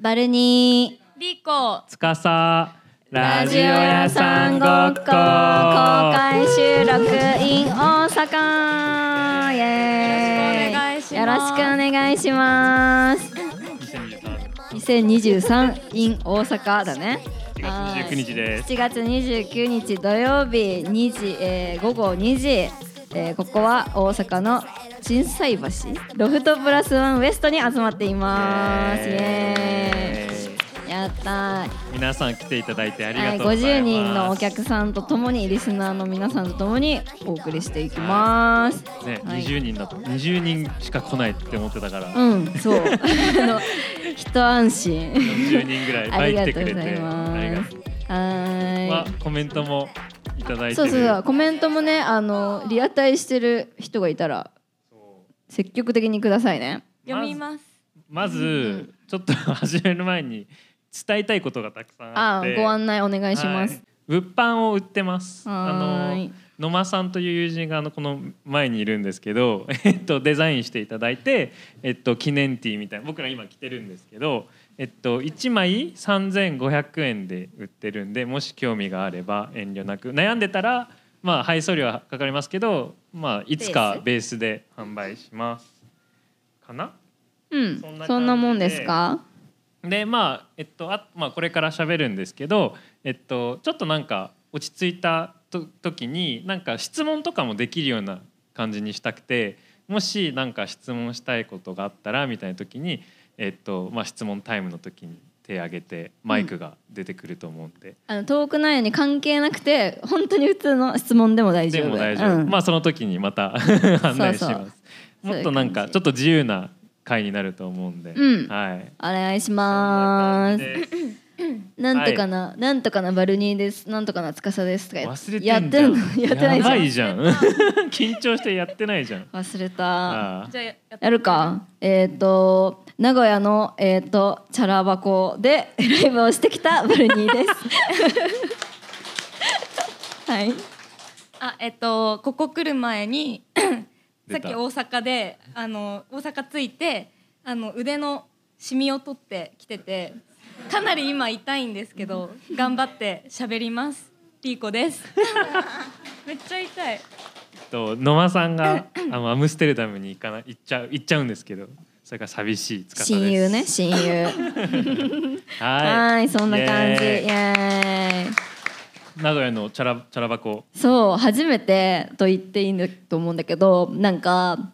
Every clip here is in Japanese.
バルニーリコつかさラジオ屋さんごっこ公開収録 in 大阪イエーイよろしくお願いしますよろしくお願いします2023 in 大阪だね7月29日です7月29日土曜日2時、えー午後2時、えーここは大阪の心斎橋ロフトプラスワンウエストに集まっていますイエーイやったー皆さん来ていただいてありがはというございます、 50人のお客さんとともにリスナーの皆さんとともにお送りしていきます。ね、はい20人だと20人しか来ないって思ってたから、うん、 そう。あの一安心。 40人ぐら いあり倍が来とてうくごれてざいますう。まはあコメントもいただい。いてそうるそうそう。コメントもね、あのリアタイしてる人がいたら積極的にくださいね。読みます。まず、ちょっと 始める前に伝えたいことがたくさんああっ、てご案内お願いしますは。物販を売ってますはあーいの野間さんという友人があのこの前にいるんですけど、 えっと、デザインしていただいて、えっと、記念ティーみたいな僕ら今着てるんですけど、えっと、1枚3500円で売ってるんでもし興味があれば遠慮なく悩んでたら、まあ、配送料はかかりますけど、まあ、いつかベースで販売しますかなうんそんな感じ。でそんなもんですか。でまあえっとあ、まあ、これから喋るんですけど、えっと、ちょっとなんか落ち着いたと時になんか質問とかもできるような感じにしたくてもしなんか質問したいことがあったらみたいな時に、えっとまあ、質問タイムの時に手挙げてマイクが出てくると思うんで、あのトーク内容に関係なくて本当に普通の質問でも大丈で夫。も大丈夫、うんまあその時にまた案内しますそうそうもっとなんかちょっと自由な回になると思うんで、うんはい。お願いします。すなんとかな、なんとかなバルニーです、なんとかな司ですとかや忘れてんじやゃっんてんの やってないやじゃばん。いじゃん 緊張してやってないじゃん忘れた。あじゃあやっやるか。えっ、と名古屋のえっ、とチャラ箱で ライブをしてきたバルニー です。はい。あえっとここ来る前にさ出ったき大阪であの大阪着いてあの腕のシミを取ってきててかなり今痛いんですけど頑張って喋りますリーコですめっちゃ痛いーと野間さ んがあのアムステルダムに行かな行っちゃう行っちゃうんですけどそれが寂しい司です親友ね、親友。はいはい、そんな感じ。イイエーイエーイ。名古屋のチャラチャラ箱そう初めてと言っていいんだと思うんだけどなんか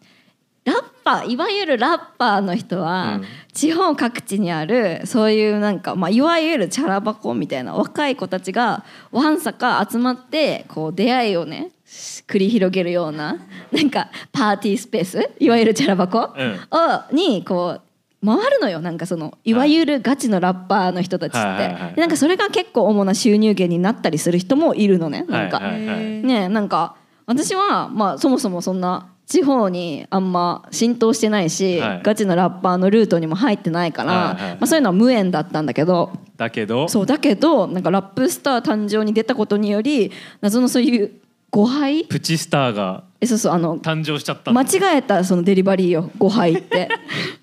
ラッパーいわゆるラッパーの人は、うん地方各地にあるそういうなんか、まあ、いわゆるチャラ箱みたいな若い子たちがわんさか集まってこう出会いをねし繰り広げるようななんかパーティースペースいわゆるチャラ箱、うんをにこう回るのよなんかそのいわゆるガチのラッパーの人たちって、はいはいはいはいでなんかそれが結構主な収入源になったりする人もいるのねなんか、はいはいはいねなんか私は、まあ、そもそもそんな地方にあんま浸透してないし、はいガチのラッパーのルートにも入ってないから、はいはいまあ、そういうのは無縁だったんだけどだけどそうだけどなんかラップスター誕生に出たことにより謎のそういう誤配プチスターがえそうそうあの誕生しちゃったん間だ違えたそのデリバリーを誤配って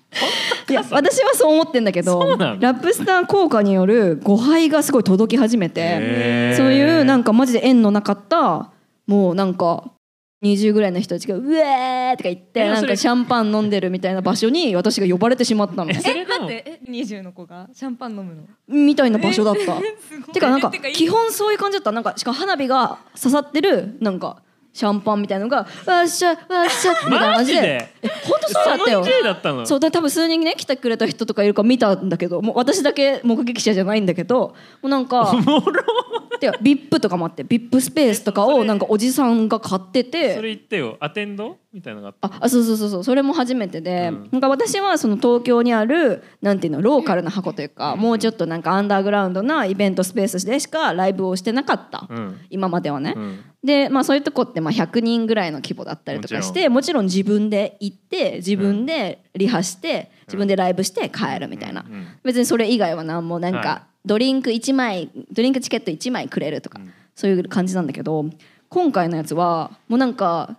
いや私はそう思ってんだけそどうなのラップスター効果による誤配がすごい届き始めへてーそういうなんかマジで縁のなかったもうなんか20ぐらいの人たちが「うえー!」とか言ってえなんそかれシャンパン飲んでるみたいな場所に私が呼ばれてしま ったのえそえれで待もってえ20の子がシャンパン飲むのみたいな場所だった。すごい てかなんかえいい基本そういう感じだったなんかしかも花火が刺さってるなんかシャンパンみたいなのが「わっしゃわっしゃ」みたいな感じマでジでえ本当そうだったよその勢いだったのそうで多分数人ね来てくれた人とかいるから見たんだけどもう私だけ目撃者じゃないんだけどもうなんかおもろてか VIP とかもあって VIP スペースとかをなんかおじさんが買っててそれ言ってよアテンドみたいなのがあったああそうそうそうそうそれも初めてで、うんなんか私はその東京にあるなんていうのローカルな箱というか、もうちょっとなんかアンダーグラウンドなイベントスペースでしかライブをしてなかった、うん今まではね。うんで、まあ、そういうとこってまあ100人ぐらいの規模だったりとかしてもちろん自分で行って自分でリハして、自分でライブして帰るみたいな、うんうん別にそれ以外は何もなんか、はドリンク1枚ドリンクチケット1枚くれるとか、うんそういう感じなんだけど今回のやつはもうなんか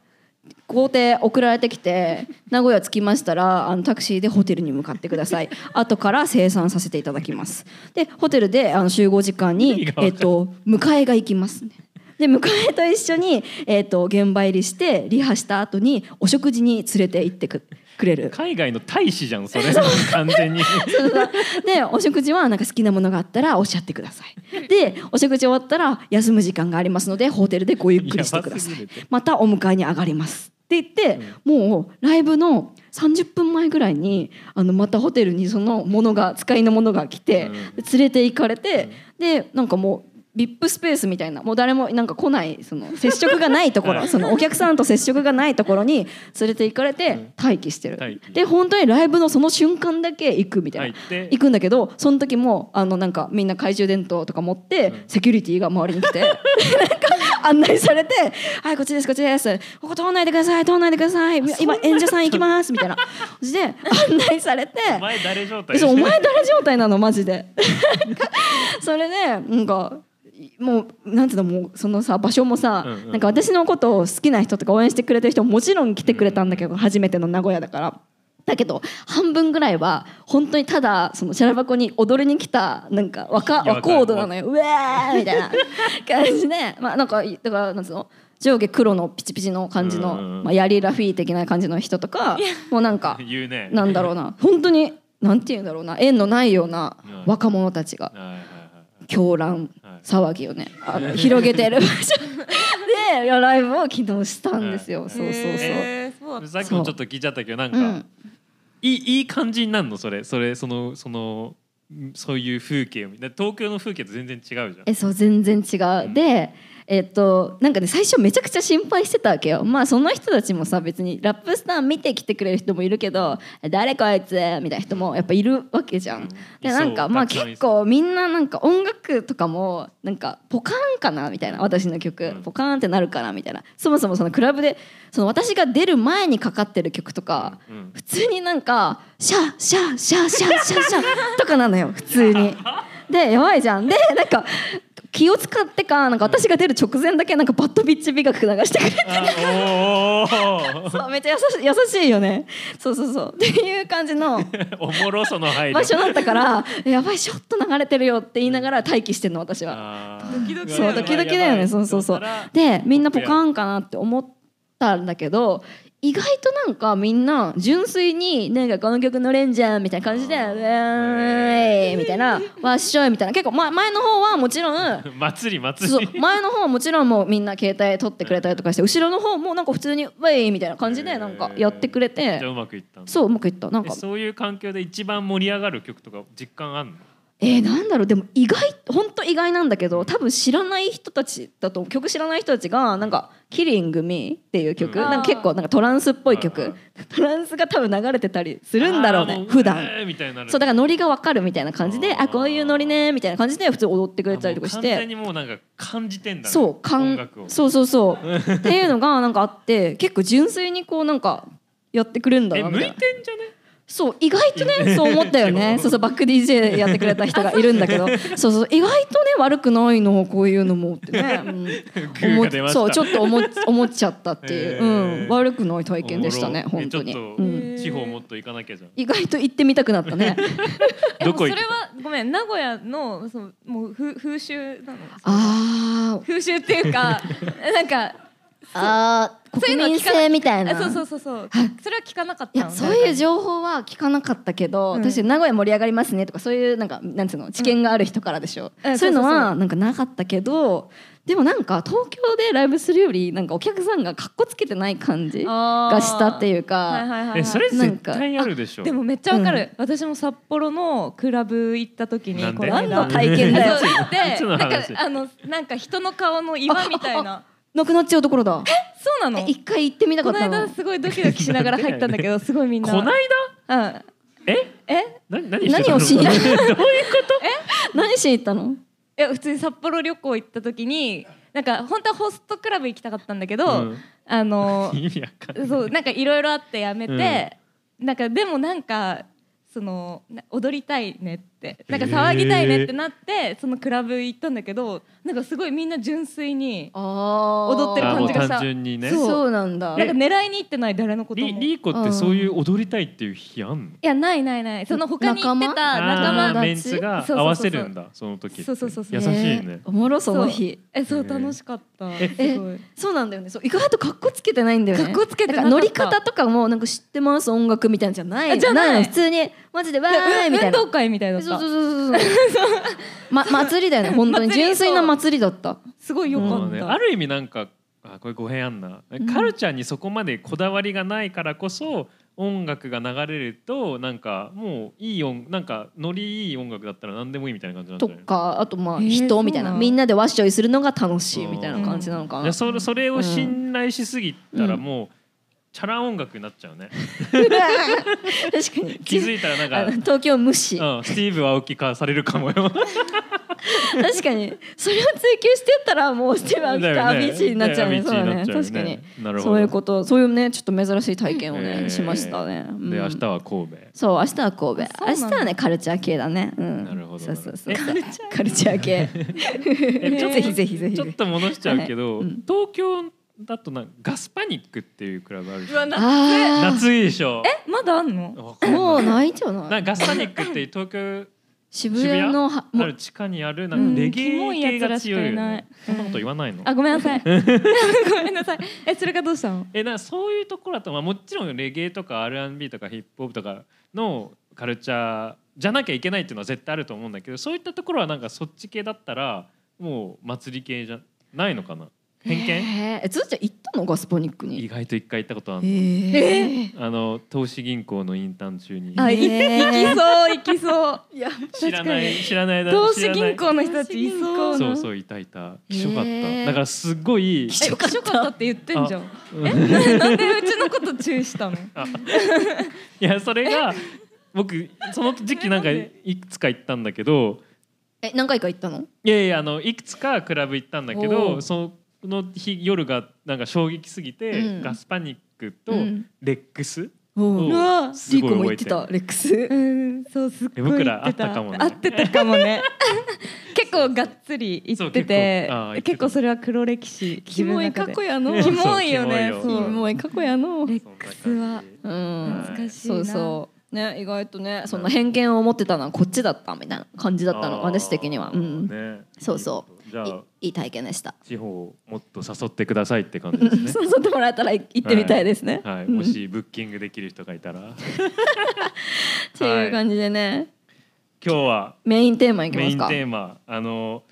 工程送られてきて名古屋着きましたらあのタクシーでホテルに向かってください後から生産させていただきますでホテルであの集合時間意味にが、わかんなえいっと、迎えが行きますねで迎えと一緒に、えっと、現場入りしてリハした後にお食事に連れて行ってくくれる海外の大使じゃんそれ完全に でお食事はなんか好きなものがあったらおっしゃってくださいでお食事終わったら休む時間がありますのでホテルでごゆっくりしてくださやばすぎいるってまたお迎えに上がりますって言って、もうライブの30分前ぐらいにあのまたホテルにそのものが使いのものが来て、うん連れて行かれて、でなんかもう VIP スペースみたいなもう誰もなんか来ないその接触がないとこはろいそのお客さんと接触がないところに連れて行かれうてん待機してる、待機で本当にライブのその瞬間だけ行くみたいな、入って行くんだけどその時もあのなんかみんな懐中電灯とか持って、うんセキュリティが周りに 来てなんか案内されて「はいこっちですこっちですここ通んないでください通んないでください今演者さん行きます」みたいな感じ で案内されてお前誰状態えそうお前誰状態なのマジで それでなんかもうなんていうのもうそのさ場所もさ、うんうんなんか私のことを好きな人とか応援してくれてる人ももちろん来てくれたんだけど、初めての名古屋だから。だけど半分ぐらいは本当にただそのシャラ箱に踊りに来たなんか若いや和コードなのようわーみたいな感じで まあなんかだからなんつうの上下黒のピチピチの感じの、うんうんうんまあ、ヤリラフィー的な感じの人とかもうなんか 言うねなんだろうな本当になんて言うんだろうな縁のないようなうん若者たちがはいはいはい狂乱はい騒ぎをねあの広げてる場所でいやライブを昨日したんですよ、はいそうそうそう、へーそうださっきもちょっと聞いちゃったけどなんか、うんいいいい感じになるのそれそれそのそのんそういう風景を見だから東京の風景と全然違うじゃん。えそう全然違う、んでえっとなんかね最初めちゃくちゃ心配してたわけよまあその人たちもさ別にラップスター見てきてくれる人もいるけど誰こいつみたいな人もやっぱいるわけじゃん、うんでいそうなんかまあたくさんい結そう構みんななんか音楽とかもなんかポカーンかなみたいな私の曲、うんポカーンってなるかなみたいなそもそもそのクラブでその私が出る前にかかってる曲とか、うん普通になんかシャーシャーシャーシャーシャーシャーとかなのよ普通に。でやばいじゃんでなんか気を使ってかなんか私が出る直前だけなんかバッドビッチ美学流してくれてあ おーそうめっちゃ優し優しいよねそうそうそうっていう感じのおーおもろその配慮場所だったから「やばいショット流れてるよ」って言いながら待機してんの私は。あードキドキだそようねドキドキだよねそうそうそうだからでみんなポカーンかなって思ったんだけど意外となんかみんな純粋になんかこの曲乗れんじゃんみたいな感じで「うあーえーい」みたいな「わっしょい」みたいな結構、ま、前の方はもちろ ん祭り祭そりう前の方はもちろんもうみんな携帯取ってくれたりとかして後ろの方もなんか普通に「ウェイ」みたいな感じでなんかやってくれめってちゃうまくいったんだそううまくいったなんえかそういう環境で一番盛り上がる曲とか実感あんのえー、なんだろうでも意外本当意外なんだけど多分知らない人たちだと曲知らない人たちがなんか「キリング・ミー」っていう曲、うんなんか結構なんかトランスっぽいはい曲はトランスが多分流れてたりするんだろうあーもねう普段えーみたいになるそうだからノリがわかるみたいな感じであ「ーあこういうノリね」みたいな感じで普通踊ってくれたりとかしあもう完全て。にもうなんか感じてんだねそうか音ん楽をそうそうそう っていうのがなんかあって結構純粋にこうなんかやってくれるんだえなみ向たいいなてんじゃねそう意外とねそう思ったよ ねそうそうバック DJ やってくれた人がいるんだけどそうそう意外とね悪くないのこういうのもって ね、うんーが出ましたそうちょっと思っ思っちゃったっていう、へーうん、悪くない体験でしたねおもろ本当に、えちょっうとん、地方もっと行かなきゃじゃん意外と行ってみたくなった ねえどこ行そくれはごめん名古屋のそのもう風風習なのあー風習ってい うかなんかあーそう国いうのは民聞かな性みたいなあそうそうそうそうそれは聞かなかっいたのやそういう情報は聞かなかったけど、うん私名古屋盛り上がりますねとかそういうなんかなんつうの知見がある人からでしょ、うんそういうのそうそうそはなんかなかったけどでもなんか東京でライブするよりなんかお客さんがかっこつけてない感じががしたってういうか、はいはいはいはいえそれなん絶か対あるでしょでもめっちゃわかる、私も札幌のクラブ行った時になんでこの間何の体験だよそういつでなのんか話あのなんか人の顔の岩みたい ななくなっちゃうところだそうなのえ一回行ってみたかこっのた間のすごいドキドキしながら入ったん だけどすごいみんなこないうんだええな何してたの何をしにどういうことえ何しに行ったのいや普通に札幌旅行行った時になんか本当はホストクラブ行きたかったんだけど、うんあの 意味わかんな いそうなんかいろいろあってやめて、なんかでもなんかそのな踊りたいねっってなんか騒ぎたいねってなってそのクラブ行ったんだけどなんかすごいみんな純粋にあー踊ってるあ感もうじがした単純にねそうそうなんだなんか狙いに行ってない誰のこともリいリーコってそういう踊りたいっていう日あんのやないないないその他に行ってた仲あ間ーメンツが合わせるんだその時ってそうそうそうそう優しいえーねおもろその日えそうへー楽しかったえすごいそうなんだよねそう意外とかっこつけてないんだよねかっこつけてなかんった乗り方とかもなんか知ってます音楽みたいなんじゃないあじゃない普通にマジでわーいみでた運いな動会みたいだっそうたそうそうそうま 祭りだよね本当に祭り純粋な祭りだったすごい良そかうっねたある意味なんかあこれ語弊あんな、んカルチャーにそこまでこだわりがないからこそ音楽が流れるとなんかもういい音なんかノリいい音楽だったら何でもいいみたいな感じなんじとゃないかあとまあえー人みたいそうななんみんなでわっしょいするのが楽しいみたいな感じなのかいなやそれそれを信頼しすぎたらもう、チャラ音楽になっちゃ うね確かに気づいたらなんか あの東京無視うん、スティーブ・アオキ化されるかもよ。確かにそれを追求してったらもうスティーブ・アウキかアビーチになっちゃうねねそうだアビねーチになっ確ちゃかうにねなるほどそういうことそういうねちょっと珍しい体験をえねーしましたねうんで明日は神戸。そう明日は神戸明あそうなんだ日はねカルチャー系だねうんなるほどそうそうそうえそうカルチャー系 えちょっとぜひぜひぜひちょっと戻しちゃうけど、はいうん東京だとなんかガスパニックっていうクラブあるじうゃわんなあ夏いいでしょえまだあんのわあかんないもうないんじゃなないんかガスパニックっていう東京渋谷のはもあうる地下にあるなうんんかレゲキモエい系やつがらし強かいよいないねそんなこと言わないのあごめんな さいごめんなさいえそれがどうしたのえなんかそういうところだと、まあ、もちろんレゲエとか R&B とかヒップホップとかのカルチャーじゃなきゃいけないっていうのは絶対あると思うんだけどそういったところはなんかそっち系だったらもう祭り系じゃないのかな偏見へーえずっちゃん行ったのガスパニック意に外と一回行ったことあるのえあの投資銀行のインターン中にあいねえ行きそう行きそういや知らない知らない間に投知資らない銀行の人たちいそうそううそういたいた気色かっへーただからすごい気え色よかったって言ってんじゃんうんえなんでうちのこと注意したの いやそれが僕その時期なんかえなんいくつか行ったんだけどえ何回か行ったのいやいやあのいくつかクラブ行ったんだけおどうその日夜がなんか衝撃すぎて、うんガスパニックとうんレックス、うんうわすリーごコいも行覚えっててたるレックスうんそうすっごい僕言らってた会ったかもね会ってたかもね結構がっつり行っててそう結構あー行ってた結構それは黒歴 史キモい過去ややのうんキモいよねそキうキモいよモい過去やのレックスはうん懐かしいなそうそうね意外とねそんな偏見を持ってたのはこっちだったみたいな感じだったの私的にはうんねそうそじゃいあいい体験でした地方をもっと誘ってくださいって感じ ですね誘ってもらえたら行ってみたいですねはい、うんもしブッキングできる人がいたら今っていう感じでね日はメインテーマいきメまイすンかテーマあの、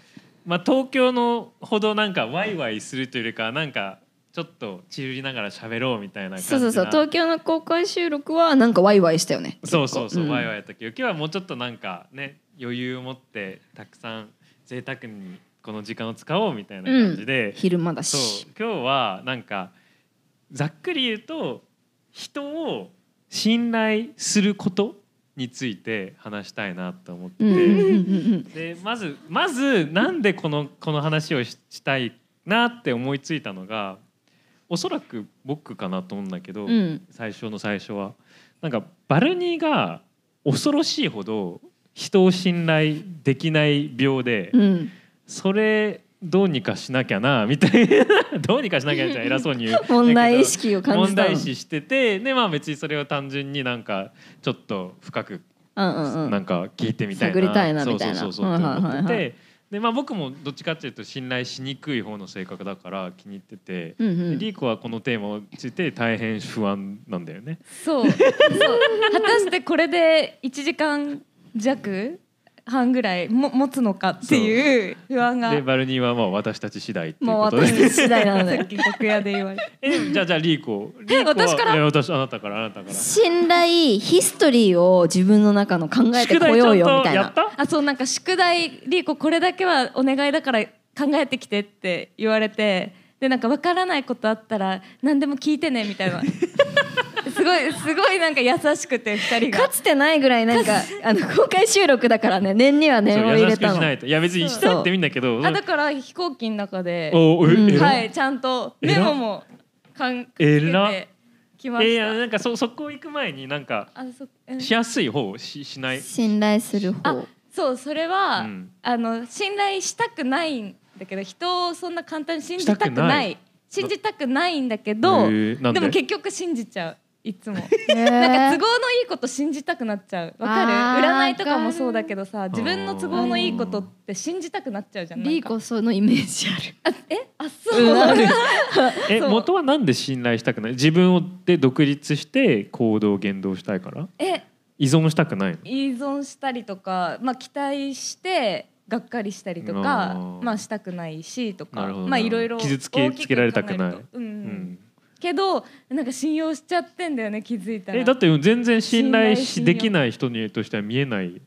まあ、東京のほどなんかワイワイするというよりかはなんかちょっとチルりながら喋ろうみたいな感じそなうそうそう東京の公開収録はなんかワイワイしたよねそうそうそう、うんワイワイやったけど今日はもうちょっとなんかね余裕を持ってたくさん贅沢にこの時間を使おうみたいな感じで、昼間だそしう今日はなんかざっくり言うと人を信頼することについて話したいなと思ってて、うんうんうんうんでまずまずなんでこのこの話をししたいなって思いついたのがおそらく僕かなと思うんだけど、うんうん最初の最初はなんかバルニーが恐ろしいほど人を信頼できない病で、うんそれどうにかしなきゃなみたいなどうにかしなきゃじゃ偉そう に言う問題意識を感じ問たの題視しててでまあ別にそれを単純になんかちょっと深くうんうんうんなんか聞いてみたいな探りたいなみたいなそうそうそうそうって思はいはいはっていはてでまあ僕もどっちかっていうと信頼しにくい方の性格だから気に入ってて、うんうでんリーコはこのテーマをついて大変不安なんだよね。そうそう果たしてこれで一時間弱半ぐらいも持つのかっていう不安がでバルニーはまあ私たち次第っていうもうことで。私次第なのさっでき楽屋で言われて えじゃあじゃあリーコ。リーコは私からいや私あなたからあなたから。信頼ヒストリーを自分の中の考えてこようよみたいやっなた？ あそうなんか宿題リーコこれだけはお願いだから考えてきてって言われてでなんかわからないことあったら何でも聞いてねみたいな すごいすごいなんか優しくて二人がかつてないぐらいなんかあの公開収録だからね念にはそ念をう入優れしくたしのないといや別にしたいってみんだけど。あだから飛行機の中でおえうんえらはいちゃんとメモもかんかけ偉てきまえいしたやなんかそそこ行く前になんかあそうんしやすい方をししない。信頼する方あそうそれは、うんあの信頼したくないんだけど人をそんな簡単に信じしたたくなくいない信じたくないんだけど、へーなんででも結局信じちゃうい つもななんか都合のいいこと信じたくなっちゃうわかるあー占いとかもそうだけどさ自分の都合のいいことって信じたくなっちゃうじゃんないリーかコそのイメージある。えあそう、えそう元はなんで信頼したくない自分をで独立して行動言動したいからえ依存したくないの依存したりとか、まあ、期待してがっかりしたりとあかーまあしたくないしとなかるほどまあいろいろ傷つけ大きつけられたくない考えるとうんううんんけどなんか信用しちゃってんだよね気づいたらえだって全然信頼し信頼信用できない人にとしては見えない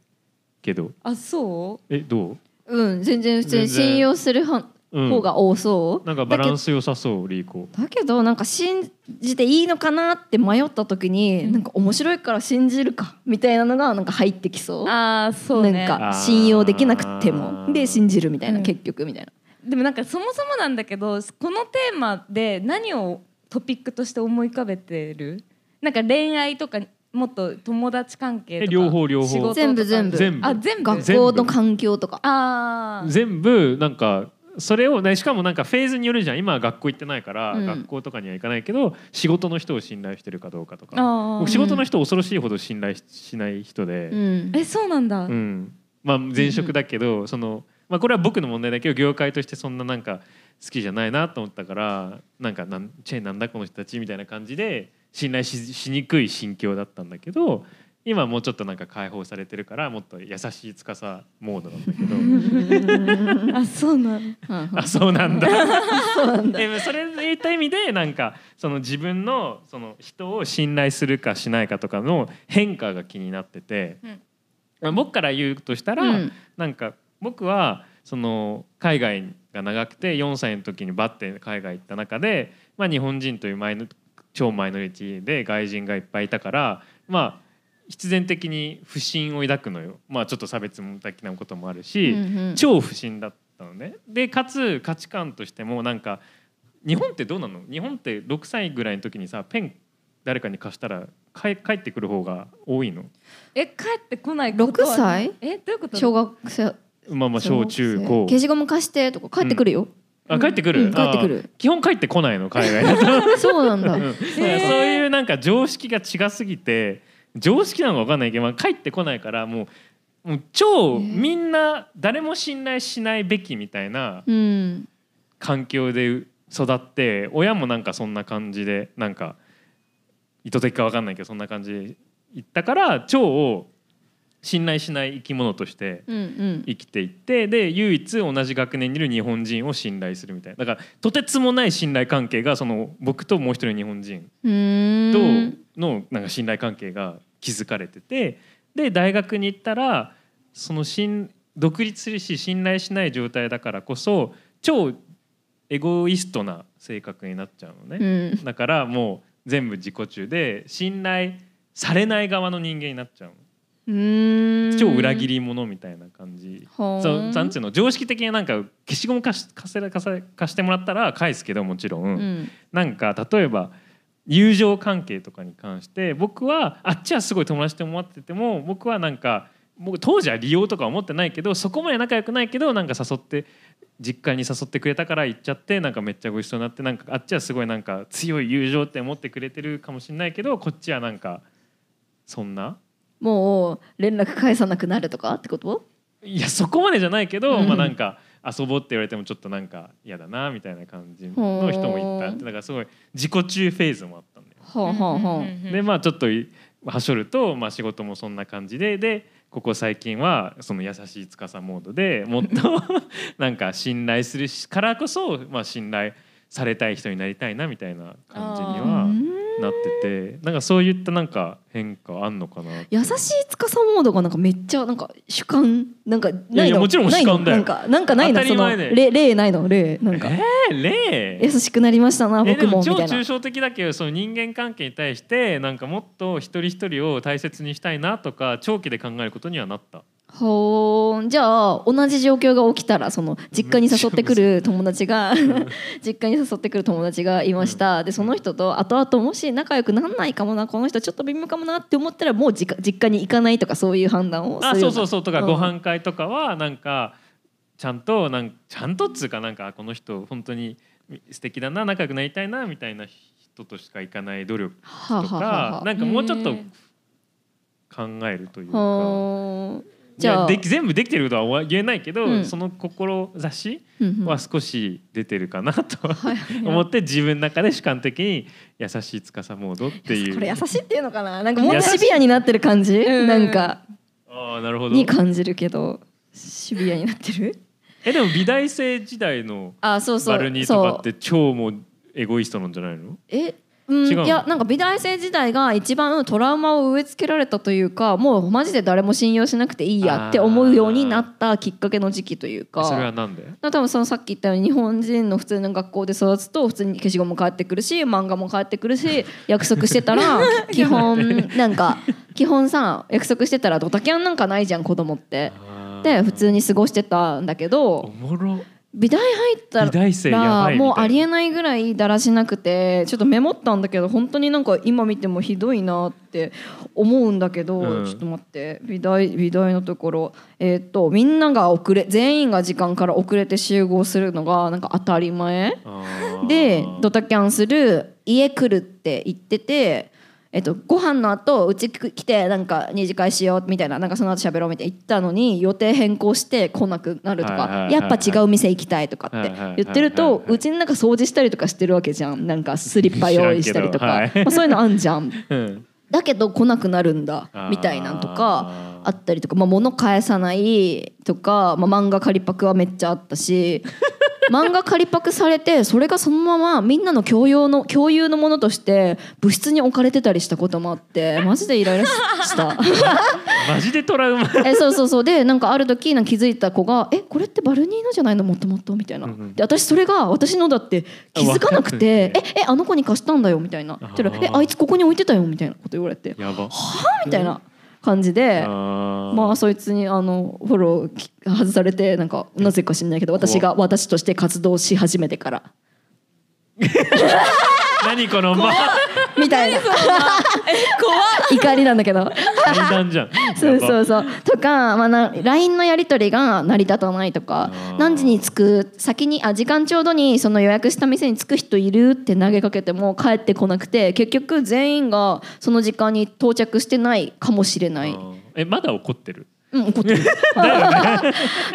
けどあそえどうん、全然普通に信用する方う、うん、方が多そう。なんかバランス。ス良さそうリーコだけどなんか信じていいのかなって迷った時に、うんなんか面白いから信じるかみたいなのがなんか入ってきそうう。あーそうねなんあかー信用できなくてもで信じるみたいな、うん結局みたいな。でもなんかそもそもなんだけどこのテーマで何をトピックとして思い浮かべてるなんか恋愛とかもっと友達関係とえか両方両方仕事とか全部全部全部あ全部学校と環境とか。あー全部なんかそれをねしかもなんかフェーズによるじゃん今は学校行ってないから、うん学校とかには行かないけど仕事の人を信頼してるかどうかとあかー僕仕事の人恐ろしいほど信頼ししない人で、うん。えそうなんだ、うんまあ、前職だけど、その、まあ、これは僕の問題だけど業界としてそんななんか好きじゃないなと思ったからなんかなんチェーンなんだこの人たちみたいな感じで信頼ししにくい心境だったんだけど今はもうちょっとなんか解放されてるからもっと優しい司モードなんだ けどあそうなんうんあそうなんだ そうなんだ。でもそれで言った意味でなんかその自分のその人を信頼するかしないかとかの変化が気になってて、うんまあ僕から言うとしたら、うんなんか僕はその海外が長くて4歳の時にバッて海外行った中で、まあ、日本人というマイノ超マイノリティで外人がいっぱいいたからまあ必然的に不信を抱くのよ、まあ、ちょっと差別的なこともあるし、うんうん超不信だったのね。でかつ価値観としてもなんか日本ってどうなの日本って6歳ぐらいの時にさペン誰かに貸したら帰帰ってくる方が多いの、え帰ってこないことは6歳えどういうこと小学生まあ、まあ小中高消しゴム貸してとか帰ってくるよ、あ帰ってくる、うん帰ってくるあー基本帰ってこないの海外だと、そうなんだ、うん そういうなんか常識が違すぎて常識なのか分かんないけど、まあ、帰ってこないからもうもう超みんな誰も信頼しないべきみたいなうん環境で育って親もなんかそんな感じでなんか意図的か分かんないけどそんな感じで行ったから超を信頼しない生き物としてうんうん生きていってで唯一同じ学年にいる日本人を信頼するみたいなだからとてつもない信頼関係がその僕ともう一人の日本人うとーんのなんか信頼関係が築かれててで大学に行ったらその信独立するし信頼しない状態だからこそ超エゴイストな性格になっちゃうのね。うんだからもう全部自己中で信頼されない側の人間になっちゃうのうーん超裏切り者みたいな感じほーんそうなんていうの常識的になんか消しゴム貸し貸せら貸せ貸してもらったら返すけどもちろん、うんなんか例えば友情関係とかに関して僕はあっちはすごい友達と思ってても僕はなんか僕当時は利用とか思ってないけどそこまで仲良くないけどなんか誘って実家に誘ってくれたから行っちゃってなんかめっちゃご一緒になってなんかあっちはすごいなんか強い友情って思ってくれてるかもしれないけどこっちはなんかそんなもう連絡返さなくなるとかってこといやそこまでじゃないけど、うんまあなんか遊ぼうって言われてもちょっとなんか嫌だなみたいな感じの人もいっぱいあってだからすごい自己中フェーズもあったんだよ。はあはあはあでまあちょっといはしょると、まあ、仕事もそんな感じででここ最近はその優しい司モードでもっと なんか信頼するしからこそ、まあ、信頼されたい人になりたいなみたいな感じにはなっててなんかそういったなんか変化あんのかなって優しい司モードがなんかめっちゃなんか主観なんかないのいやいやもちろん主観だないのなよんかなんかないの当たそりの前で例例ないの例なんか、えー例優しくなりましたなえで僕ももみ超たいな抽象的だけどその人間関係に対してなんかもっと一人一人を大切にしたいなとか長期で考えることにはなったほーのじゃあ同じ状況が起きたらその実家に誘ってくる友達が 実家に誘ってくる友達がいましたでその人と後々もし仲良くなんないかもなこの人ちょっと微妙かもなって思ったらもう実家実家に行かないとかそういう判断をするよあそうなそうそうとか、んご飯会とかはなんかちゃんとなんちゃんとっつうかなんかこの人本当に素敵だな仲良くなりたいなみたいな人としか行かない努力はあとはか、あはあなんかもうちょっとへ考えるというか。はあいじゃやあでき全部できてることは言えないけど、うんその志うんうんは少し出てるかなと思って自分の中で主観的に優しい司モードってい うこれ優しいっていうのかななんかも優うしいシビアになってる感じうんなんかああなるほどに感じるけどシビアになってるえでも美大生時代のあそうそうバルニーとかって超もうエゴイストなんじゃないのえうん、違うのいやなんか美大生時代が一番トラウマを植え付けられたというかもうマジで誰も信用しなくていいやって思うようになったきっかけの時期というかそれはなんでだから多分そのさっき言ったように日本人の普通の学校で育つと普通に消しゴム返ってくるし漫画も返ってくる し約束してたら基本なんか基本さ約束してたらドタキャンなんかないじゃん子供って。で普通に過ごしてたんだけおどもろ美大入った美大生やばらいみたいなもうありえないぐらいだらしなくてちょっとメモったんだけど本当になんか今見てもひどいなって思うんだけど、うんちょっと待って美大美大のところえーっとみんなが遅れ全員が時間から遅れて集合するのがなんか当たり前あーでドタキャンする家来るって言ってて。えっと、ご飯の後うち来てなんか二次会しようみたいななんかその後喋ろうみたいな言ったのに予定変更して来なくなるとはいはいはいかはいやっぱ違う店行きたいとかって言ってるはいはいはいとはいうちの中掃除したりとかしてるわけじゃんなんかスリッパ用意したりとか、知らんけどはいまあ、そういうのあんじゃんうんだけど来なくなるんだあーみたいなんとかあったりとか、まあ、物返さないとか、まあ、漫画借りパクはめっちゃあった し漫画借りパクされてそれがそのままみんなの共用の共有のものとして部室に置かれてたりしたこともあってマジでイライラし した。マジでトラ ウマえそうそうそうでなんかある時なんか気づいた子が「えこれってバルニーノじゃないのもともと」みたいな、うんうんで私それが私のだって気づかなくて「あええあの子に貸したんだよ」みたいな「あーそしたらえあいつここに置いてたよ」みたいなこと言われて「はやばあ?」みたいな感じで。まあそいつにあのフォローき外されてなんかなぜか知んないけど私が私として活動し始めてからあ何このまあみたいな怒りなんだけど対談じゃん そうやそばうそうとか、まあ、な LINE のやり取りが成り立たないとかあー何時に着く先にあ時間ちょうどにその予約した店に着く人いるって投げかけても帰ってこなくて結局全員がその時間に到着してないかもしれない。あーえまだ怒ってるうん、怒ってる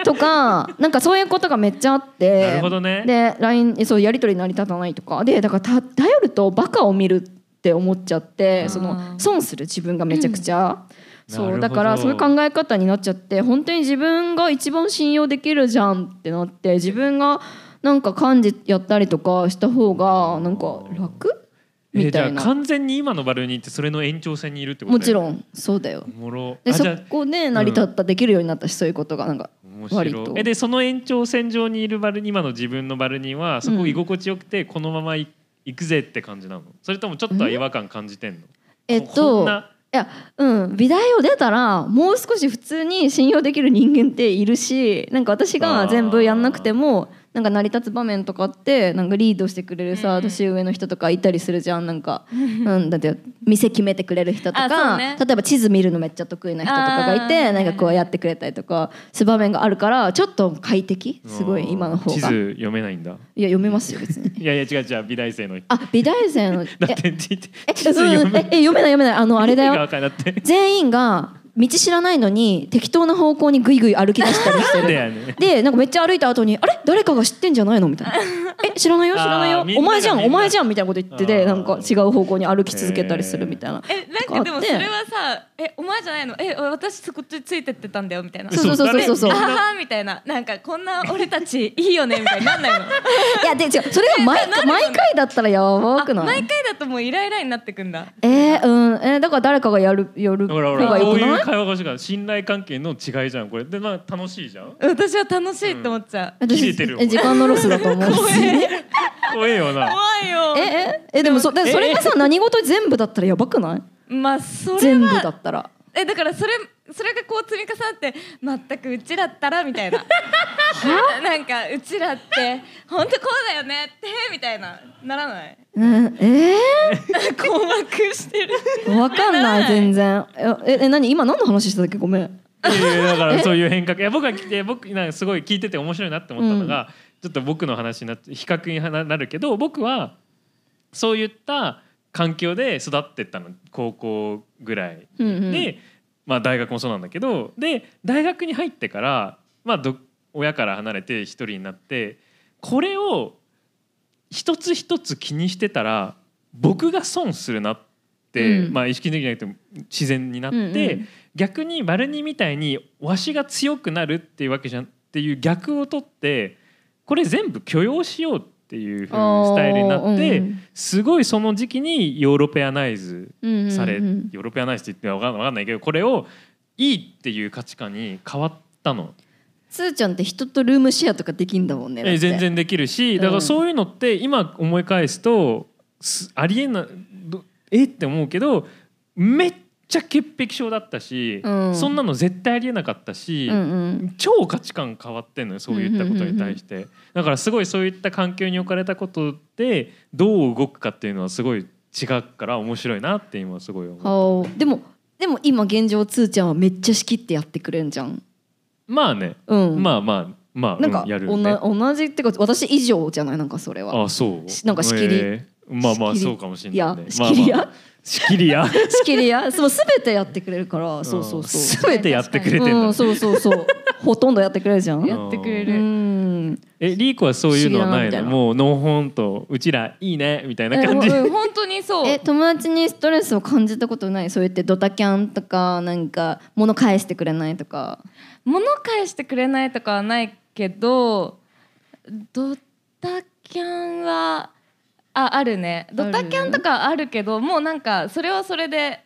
とかなんかそういうことがめっちゃあってなるほどねで LINE えそうやり取り成り立たないとかでだからた頼るとバカを見るって思っちゃってそあのー損する自分がめちゃくちゃ。なそるほうどだからそういう考え方になっちゃって本当に自分が一番信用できるじゃんってなって自分がなんか幹事やったりとかした方がなんか楽えみじたゃいあな、完全に今のバルニーってそれの延長線にいるってこともちんろんそうだよおもろであそじゃあこで成り立った、できるようになったしそういうことがなんか面割白いとえでその延長線上にいるバルニ今の自分のバルニーはそこ居心地よくてこのままい行くぜって感じなのそれともちょっとは違和感感じてんの、えっことんないやうん美大を出たらもう少し普通に信用できる人間っているしなんか私あがー全部やんなくてもなんか成り立つ場面とかってなんかリードしてくれるさ、うん年上の人とかいたりするじゃんなんか、うん、だって店決めてくれる人とあそか、うね例えば地図見るのめっちゃ得意な人とかがいあてーなんかこうやってくれたりとかする場面があるからちょっと快適すごい今の方地が。図読めないんだいや読めますよ別に いやいや違う違う美大生の人あ美大生のだえって地地え図読うんめええ読めない読めないあのあれだ意味よが分かんなくて全員が道知らないのに適当な方向にぐいぐい歩き出したりしてだるよ ねでなんかめっちゃ歩いた後に「あれ誰かが知ってんじゃないの?」みたい な「え知らないよ知らないあーよみんなおが前じゃんみんなお前じゃん」みたいなこと言ってあーてなんか違う方向に歩き続けたりするみたいな。えなんとかあかってでもそれはさえお前じゃないのえ私こっちついてってたんだよみたいなそうそうそうそうそうあははみたいななんかこんな俺たちいいよねみたいにな んないのいやで違うそれが毎回毎回だったらやばくあな毎い回だともうイライラになってくんだえー、うんえーだから誰かがやるやるほら方ほらがよこうくいなうい会話が欲しいから信頼関係の違いじゃんこれでまあ楽しいじゃん私は楽しいって思っちゃう、私切れてるよえ時間のロスだと思 う怖えよな怖いよえええでもそでそれがさ何事全部だったらやばくないまあそれ全部だはったらえだからそれそれがこう積み重なって全くうちらったらみたいななんかうちらって本当こうだよねってみたいなならないなえ困惑してるー、 わかんない全然ええ何今何の話してたっけごめんっていうだからそういう変革いや僕は聞いて僕なんかすごい聞いてて面白いなって思ったのが、ちょっと僕の話になって比較になるけど僕はそういった環境で育ってったの高校ぐらいうんうんで、まあ、大学もそうなんだけどで大学に入ってから、まあ、ど親から離れて一人になってこれを一つ一つ気にしてたら僕が損するなって、うんまあ、意識的じゃなくても自然になって、うんうん逆に丸二みたいにわしが強くなるっていうわけじゃんっていう逆を取ってこれ全部許容しようっていう風にスタイルになって、おーうんすごいその時期にヨーロペアナイズうんうんうんされ、ヨーロペアナイズって言ってわかんわかんないけどこれをいいっていう価値観に変わったの、つーちゃんって人とルームシェアとかできんだもんねだっえて全然できるしだかうらんそういうのって今思い返すとすありえないどえって思うけどめっちゃ潔癖症だったし、うんそんなの絶対ありえなかったし、うんうん超価値観変わってんのよそういったことに対して、だからすごいそういった環境に置かれたことでどう動くかっていうのはすごい違うから面白いなって今すごい思う。はあでもでも今現状つーちゃんはめっちゃ仕切ってやってくれんじゃんまあね、うんまあまあまあなんか、うんやるおねな同じってか私以上じゃないなんかそれはあそうしなんか仕切りえーまあまあ仕切りそうかもしれないねいや仕切りやまあまあ仕切りや仕切りやそう全てやってくれるから そうそうそううん全てやってくれてんだ、うん、そうそう そうほとんどやってくれるじゃんやってくれうるんえリーコはそういうのはな不思い議だのなみたいなもうノンホンとうちらいいねみたいな感じ、えうん本当にそうえ友達にストレスを感じたことないそうやってドタキャンとかなんか物返してくれないとか物返してくれないとかはないけどドタキャンはああるねドタキャンとかはあるけどもうなんかそれはそれで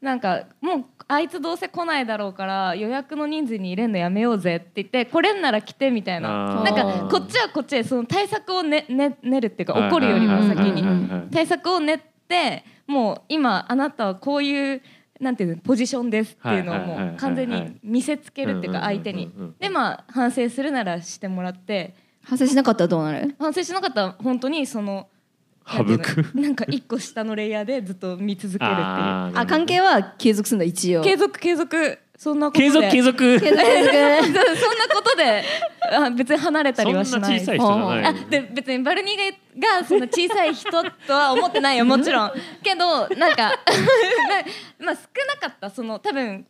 なんかもうあいつどうせ来ないだろうから予約の人数に入れるのやめようぜって言って来れんなら来てみたいなあーなんかこっちはこっちでその対策をねね練るっていうか はい怒るよりも先にはいはいはいはいはい対策を練ってもう今あなたはこういうなんていうのポジションですっていうのをはいはいはもいはいはうい完全に見せつけるっていうかうんうんうんうん相手にでまあ反省するならしてもらって反省しなかったらどうなる反省しなかったら本当にその省なんていうくのなんか一個下のレイヤーでずっと見続けるっていうあーあ関係は継続するんだ一応継続継続そんなことで継続継続継続継続そんなことであ別に離れたりはしそんなない小さい人じゃないよあで別にバルニーががその小さい人とは思ってないよもち ろんけどなんか なまあ少なかったその多分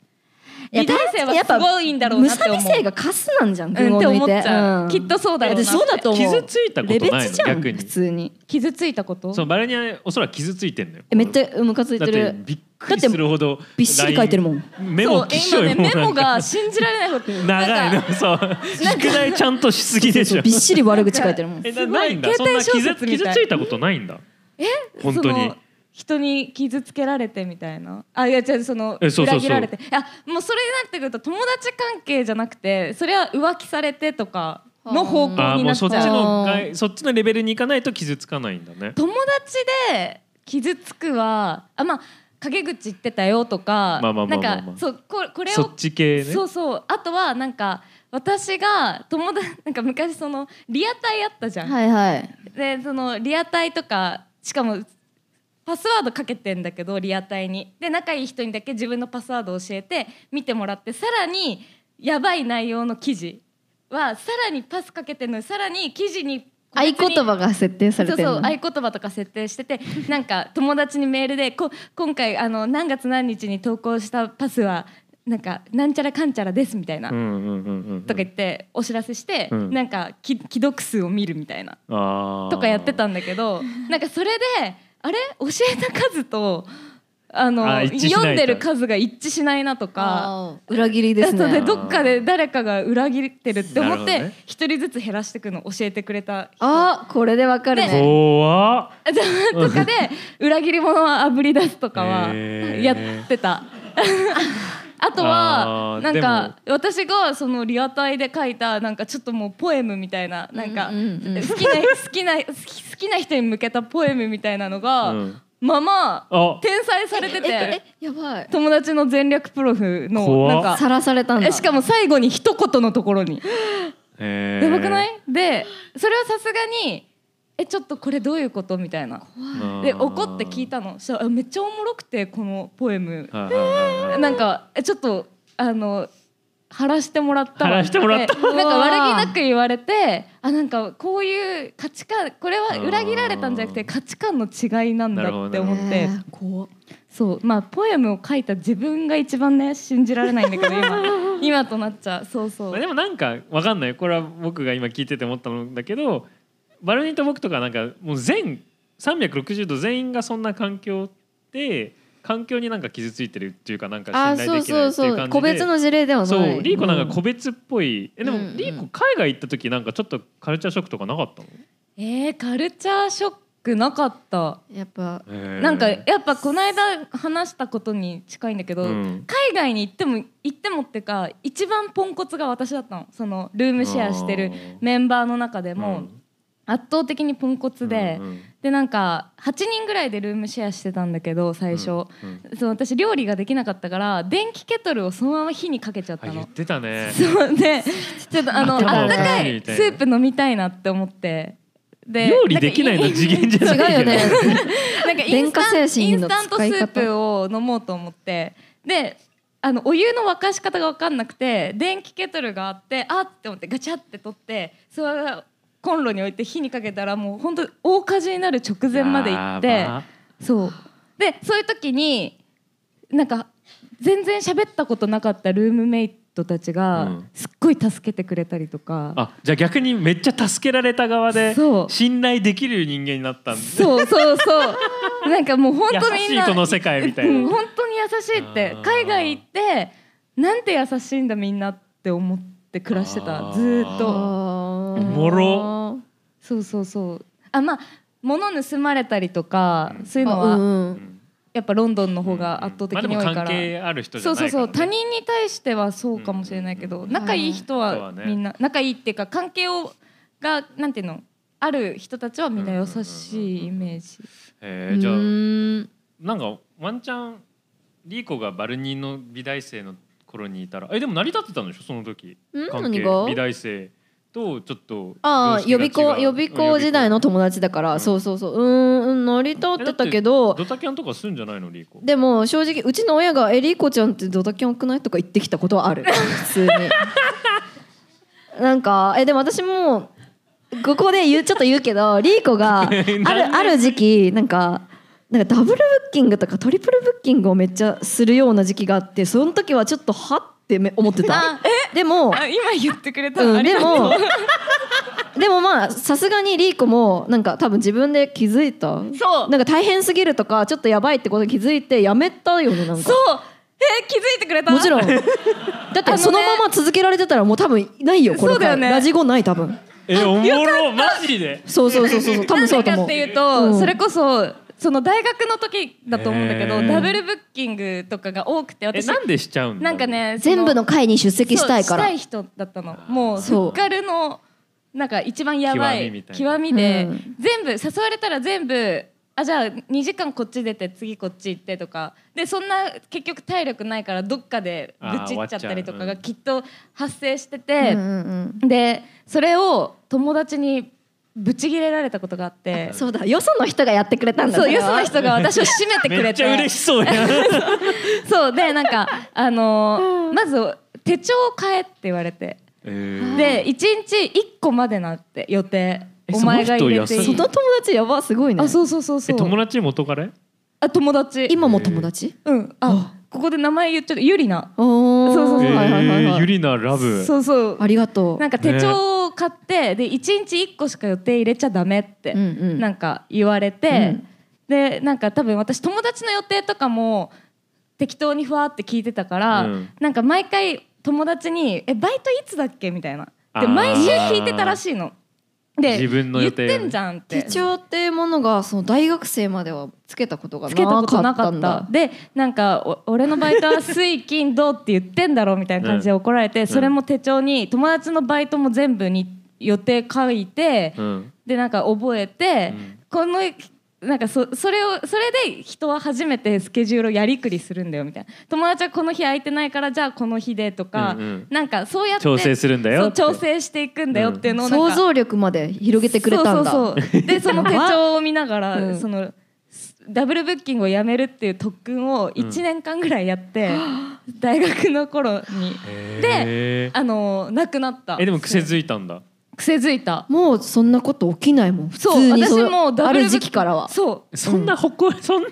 いや二年生はすごいんだろうなって思うむさび生がカスなんじゃん群うんをって抜い思っちてゃううんきっとそうだろうなっていやそうだと思う傷ついたことないのレベチじゃん逆に普通に傷ついたことそのバレニアおそらく傷ついてんのよえめっちゃムカついてだっるてびっくりするほどびっしり書いてるもん LINE メそモうきっしょえい今ねもうメなモんかが信じられない ほど長いなんのかそう宿題ちゃんとしすぎでしょびっしり悪口書いてる もんえなすごいないんだそん携な帯小傷説みたい傷ついたことないんだえ本当そにの人に傷つけられてみたいなあいやじゃそのえそうそう裏そう切られてあもうそれになってくると友達関係じゃなくてそれは浮気されてとかの方向あーにもなうっちゃそっうちの外そっちのレベルに行かないと傷つかないんだね。友達で傷つくはあまあ陰口言ってたよとかまあまあまなあんまあまあかそうここれそをっち系ね。そうそうあとはなんか私が友達 なんか昔そのリアタイあったじゃん、はいはいでそのリアタイとかしかもパスワードかけてんだけどリアタイにで仲いい人にだけ自分のパスワードを教えて見てもらってさらにやばい内容の記事はさらにパスかけてんのにさらに記事に合言葉が設定されそうてるそうの合言葉とか設定しててなんか友達にメールでこ今回あの何月何日に投稿したパスはなんかなんちゃらかんちゃらですみたいな、うんうんうんうんうん。とか言ってお知らせして、うんなんかき既読数を見るみたいなあーとかやってたんだ けどなんかそれであれ教えた数とあのあ一致しないと読んでる数が一致しないなとか。あー裏切りですそうねでどっかで誰かが裏切ってるって思っなるほどてね一、人ずつ減らしていくの教えてくれたあーこれでわかるね怖っ。 とかで裏切り者をあぶり出すとかはへーやってた。 あとはあーなんか私がそのリアタイで書いたなんかちょっともうポエムみたいななんかうんうんうん好きな好きな好き好きな人に向けたポエムみたいなのがうんままあ転載されてえてえやばい友達の全略プロフの怖なっんかさらされたんだえしかも最後に一言のところにえーやばくないでそれはさすがにえちょっとこれどういうことみたいなうんで怒って聞いたのしたらあめっちゃおもろくてこのポエムはいはいはいはいなんかえちょっとあの晴らしてもらったわ晴らしてもらったでなんかうわ悪ー気なく言われてあなんかこういう価値観これは裏切られたんじゃなくうてん価値観の違いなんだって思っえてー怖っそうまあポエムを書いた自分が一番ね信じられないんだけど 今今となっちゃうそうそまあうでもなんかわかんないこれは僕が今聞いてて思ったんだけどバルニーと僕とかなんかもう全360度全員がそんな環境で環境になんか傷ついてるっていうかなんかあそ信頼うできなそいっうそていうう感じで個別の事例ではないそうリーコなんうか個別っぽい、えでもうんうんリーコ海外行った時なんかちょっとカルチャーショックとかなかったの、えー、カルチャーショックなかったやっ ぱなんかやっぱこの間話したことに近いんだけど、うん海外に行っても行ってもってか一番ポンコツが私だったのそのルームシェアしてるメンバーの中でも、圧倒的にポンコツで、でなんか8人ぐらいでルームシェアしてたんだけど最初、そう私料理ができなかったから電気ケトルをそのまま火にかけちゃっあた言の。ってたねそう でちょっとあのあ頭っおかたしいかみいスたいなープ飲みたいなって思ってで料理できないの次元じゃ違 なうい よねけど なんかイン電スタン化製品のインスタントス使い方ープを飲もうと思ってであのお湯の沸かし方が分かんなくて電気ケトルがあってあっって思ってガチャって取ってそれをコンロに置いて火にかけたらもう本当大火事になる直前まで行ってやばそうでそういう時になんか全然喋ったことなかったルームメイトたちうがんすっごい助けてくれたりとか、あじゃあ逆にめっちゃ助けられた側でそう信頼できる人間になったんでそうそうそうなんかもう本当優みしんいなこの世 界みたいうん、な本当に優しいってあー海外行ってなんて優しいんだみんなって思って暮らしてあたーずーっおともろそうそうそうあまあ物盗まれたりとか、うんそういうのは、うんうんやっぱロンドンの方が圧倒的に多いから、まあ、でも関係ある人じそゃうなそういそからう他人に対してはそうかもしれないけど、仲いい人はうんみんな、仲いいっていうか関係をがなんていうのある人たちはみんな優しいイメージ、えうーじゃあんなんかワンチャンリーコがバルニーの美大生の頃にいたらえでも成り立ってたんでしょその時ん関係何が美大生とちょっとああ予備校予備校時代のの友達だから、うんそうそうそううーんうん成り立ってたけどドタキャンとかするんじゃないのリーコでも正直うちの親が「えりーこちゃんってドタキャン多くない?」とか言ってきたことはある普通になんかえでも私もここで言うちょっと言うけどりーこがあるある時期なんかなんかダブルブッキングとかトリプルブッキングをめっちゃするような時期があってその時はちょっとはってめ思ってたでも あ今言ってくれた、うあん、りでがとうもでもまあさすがにリーコもなんか多分自分で気づいたそうなんか大変すぎるとかちょっとやばいってことに気づいてやめたよねなんそかうえー気づいてくれたもち ろんんだってそのまま続けられてたらもう多分ないよこれそうだよねラジ後ない多分えおもろマジでそうそうそうそうそう多分そう だと何か思っうていうと、うんそれこそその大学の時だと思うんだけど、へーダブルブッキングとかが多くてえ私なんでしちゃうんだなんかねそ全部の会に出席したいかそうらしたい人だったのもうフそうッカルのなんか一番やば極みいみたいな極みで、うん全部誘われたら全部あじゃあ2時間こっち出て次こっち行ってとかでそんな結局体力ないからどっかでぶちっちゃったりとかあー終わっちゃううがんきっと発生してうんて、うんでそれを友達にブチギレられたことがあっうてんそうだよその人がやってくれたんだそうれよはその人が私を締めてくめれってちゃ嬉しそうやそうでなんかあのーまず手帳を変えって言われてえーで1日1個までなって予定えお前が入れていそそいの人安の友達やばすごいねあそうそうそうそえう友達元彼あ友達今も友達うんあここで名前言っちゃったゆりなおーそうそうそうはいはいはいはえーゆいりなラブそうそうありがとうなんか手帳を買って、で1日1個しか予定入れちゃダメって、うんうんなんか言われて、うんでなんか多分私友達の予定とかも適当にふわって聞いてたから、うんなんか毎回友達に「えバイトいつだっけ?」みたいなあでー毎週聞いてたらしいの。で自分の予定言ってんじゃんって手帳っていうものがその大学生まではつけたことがつけたことなかったんだでなんかお俺のバイトは水金土って言ってんだろみたいな感じで怒られて、それも手帳に友達のバイトも全部に予定書いて、うんでなんか覚えて、うんこのなんかそそれをそれで人は初めてスケジュールをやりくりするんだよみたいな友達はこの日空いてないからじゃあこの日でとか、うんうんなんかそうやって調整するんだよそうって調整していくんだよっていうのをなんか想像力まで広げてくれたんだそうそうそうでそ の手帳を見ながら、うんそのすダブルブッキングをやめるっていう特訓を1年間ぐらいやって、大学の頃にへーあのなくなったえでも癖づいたんだ癖づいたもうそんなこと起きないもん普そう通に私そもうダあブルるブッキン時グ期からはそうそんな誇り そんな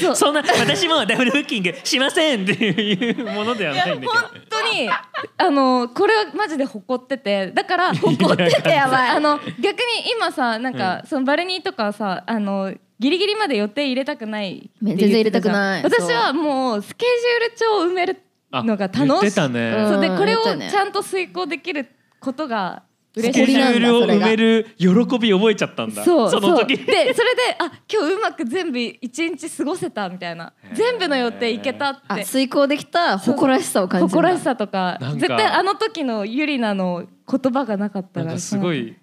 そうそんな私もダブルブッキングしませんっていうものではいなやいん本だけ当にあのこれはマジで誇っててだから誇っててやばいあの逆に今さなんか、そのバルニーとかはさあのギリギリまで予定入れたくないって言ってたじゃん全然入れたくないそう私はもうスケジュール帳を埋めるのが楽しいあ言ってたねそうでうんこれを言ってたねちゃんと遂行できることがど嬉スしケいジュールをそれ埋がめる喜び覚えちゃったんだそうのそう時でそれであ今日うまく全部一日過ごせたみたいなー全部の予定いけたっあて遂行できた誇らしさを感じるんだ誇らしさとかなんか絶対あの時のユリナの言葉がなかったならんかすごい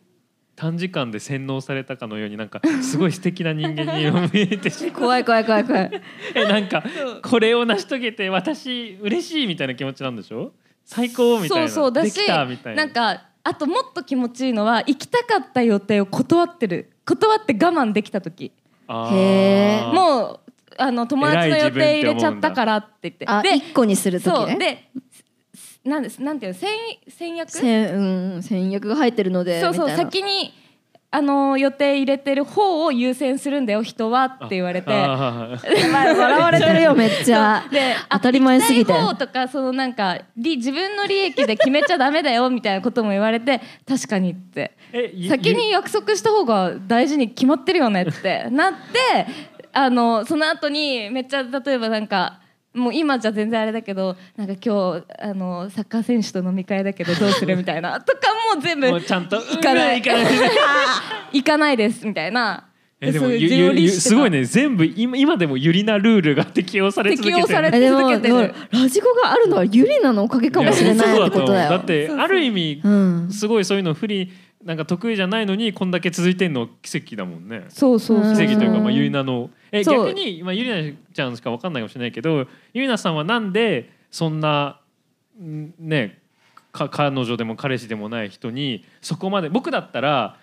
短時間で洗脳されたかのようになんかすごい素敵な人間に見え てしまう怖い怖い怖い怖いえなんかこれを成し遂げて私嬉しいみたいな気持ちなんでしょ最高みたいそなうそうだでしきたみたいななんかあともっと気持ちいいのは行きたかった予定を断ってる断って我慢できた時あへーーもうあの友達の予定入れちゃったからって言ってあで一個にする時そうねでなんですなんていうの戦戦略せんうん戦略が入ってるのでそうそうみたいな先にあの予定入れてる方を優先するんだよ人はって言われ てあーやばい笑われてるよめっちゃで当たり前すぎて行きたい方とかそのなんかり自分の利益で決めちゃダメだよみたいなことも言われて確かにってえゆ先に約束した方が大事に決まってるよね ってなってあのその後にめっちゃ例えばなんか。もう今じゃ全然あれだけどなんか今日あのサッカー選手と飲み会だけどどうするみたい なとかも全部もうちゃんと行かないうん行かない行かないですみたいなえでもそういうゆ自由ゆ律ゆしてたすごいね全部今今でもユリなルールが適用され続けてる適用されえでも続けてるラジコがあるのはユリナのおかげかもしれないってことだよや本当だと思うだってある意味うんすごいそういうの不利なんか得意じゃないのにこんだけ続いてんの奇跡だもんね。そうそうそう奇跡というか、んまあ、ゆりなのえそう逆に、まあ、ゆりなちゃんしかわかんないかもしれないけどゆりなさんはなんでそんなんねか彼女でも彼氏でもない人にそこまで僕だったら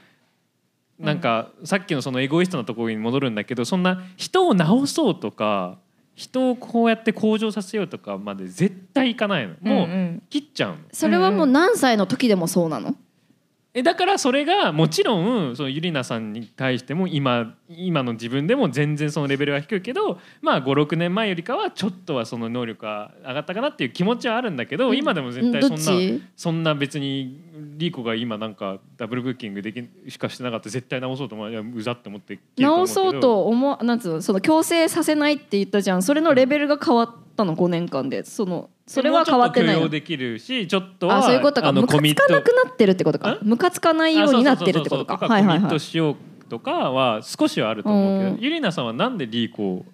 なんか、さっきのそのエゴイストなところに戻るんだけどそんな人を直そうとか人をこうやって向上させようとかまで絶対いかないのもんううん切っちゃうの。それはもう何歳の時でもそうなのえだからそれがもちろんそのゆりなさんに対しても今今の自分でも全然そのレベルは低いけど、まあ、56年前よりかはちょっとはその能力が上がったかなっていう気持ちはあるんだけど、今でも絶対そんどっなちそんな別にリーコが今なんかダブルブッキングできしかしてなかったら絶対直そうと思ういやうざって思って切ると直思うけどそうと思わなんつうのその強制させないって言ったじゃんそれのレベルが変わったの5年間でそのそれは変わってないものうちょと許容できるしちょっとはあそういうことかあのムカコミつットかなくなってるってことかんムカつかないようになってるってことあかそうそうそうそうとはいはいコミッはトいしようとかは少しはあると思うけど、うんゆりなさんはなんでリーコを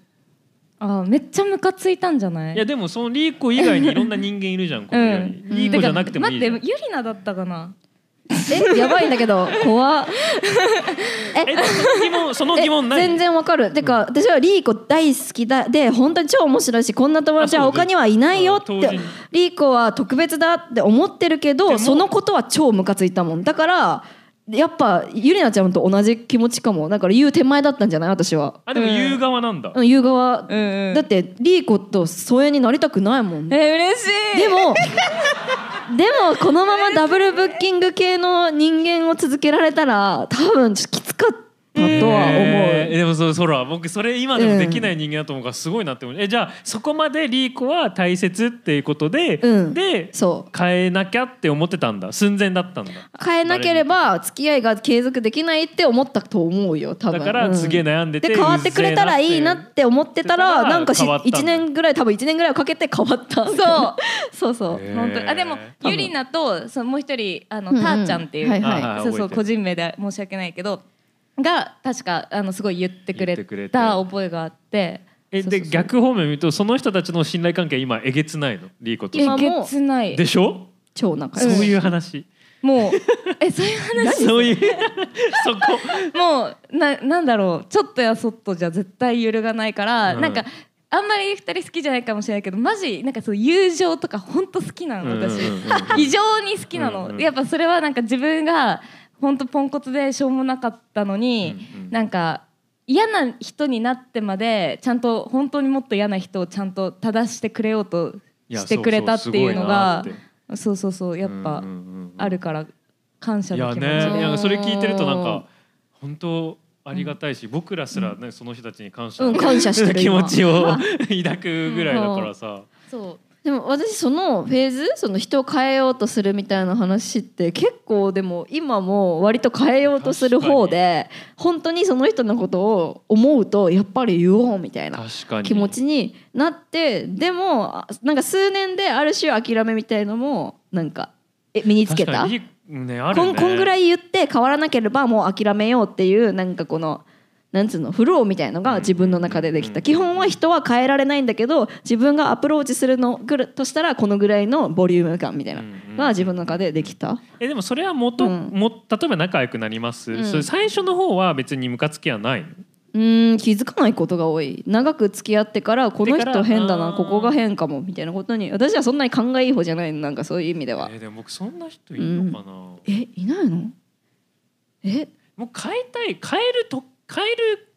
あーめっちゃムカついたんじゃないいやでもそのリーコ以外にいろんな人間いるじ ゃん、この世にうんリーコじゃなくてもいいじゃん、待ってユリナだったかなえやばいんだけど怖っえその疑問その疑問ない全然わかるてか、私はリーコ大好きだで本当に超面白いしこんな友達はあそう他にはいないよっうん当時てにリーコは特別だって思ってるけでどもそのことは超ムカついたもんだからやっぱゆりなちゃんと同じ気持ちかもだから言う手前だったんじゃない私はあでも言う側なんだ、うん言う側、うんうんだってリーコと疎遠になりたくないもんえでー嬉しいもでもこのままダブルブッキング系の人間を続けられたら多分ちょっときつかったとは思う、えーでもそうそら僕それ今でもできない人間だと思うからすごいなって思う、えじゃあそこまでリーコは大切っていうことで、うんでそう変えなきゃって思ってたんだ寸前だったんだ変えなければ付き合いが継続できないって思ったと思うよ多分だからすげえ悩んでて変わってくれたらいいなって思ってたうぜえらななんかし変わったんだ1年ぐらい多分1年ぐらいをかけて変わったそう そうそうへー本当にあでも分ユリナとそのもう一人あの、うんうんターちゃんっていう、はいはいあーそうそう覚えてる個人名で申し訳ないけどが確かあのすごい言ってくれ言ってくれてた覚えがあってえそうでそうそう逆方面見るとその人たちの信頼関係今えげつないのリーコと今もえげつないでしょ超仲そう良し、いう話。もう えそういう話 そういう そこ。もうななんだろうちょっとやそっとじゃ絶対揺るがないから、うんなんかあんまり二人好きじゃないかもしれないけどマジなんかそう友情とか本当好きなの私、うんうんうんうん異常に好きなの、うんうんやっぱそれはなんか自分が本当ポンコツでしょうもなかったのに、うんうんなんか嫌な人になってまでちゃんと本当にもっと嫌な人をちゃんと正してくれようといやしてくれたっていうのがそうそうすごいなってそうそうそうやっぱうんうんうんうんあるから感謝いのや気持ちねいやそれ聞いてるとなんうかん本当ありがたいし、僕らすらねその人たちに感謝、うん感謝してる気持ちを今抱くぐらいだからさ、そうでも私そのフェーズその人を変えようとするみたいな話って結構でも今も割と変えようとする方で本当にその人のことを思うとやっぱり言おうみたいな確かに気持ちになってでもあなんか数年である種諦めみたいのもなんかえ身につけた確かにいいねあるこねんこんぐらいい言って変わらなければもう諦めようっていうなんかこのなんつうのフローみたいのが自分の中でできうんた基本は人は変えられないんだけど自分がアプローチするのぐるとしたらこのぐらいのボリューム感みたいなうんうんが自分の中でできたえでもそれは元、うんも例えば仲良くなります、うんそれ最初の方は別にムカつきはないのうーん気づかないことが多い長く付き合ってからこのだから人変だあなーここが変かもみたいなことに私はそんなに考えいい方じゃないのなんかそういう意味ではえでも僕そんな人いるのかな、えいないのえもう変えたい変えると変える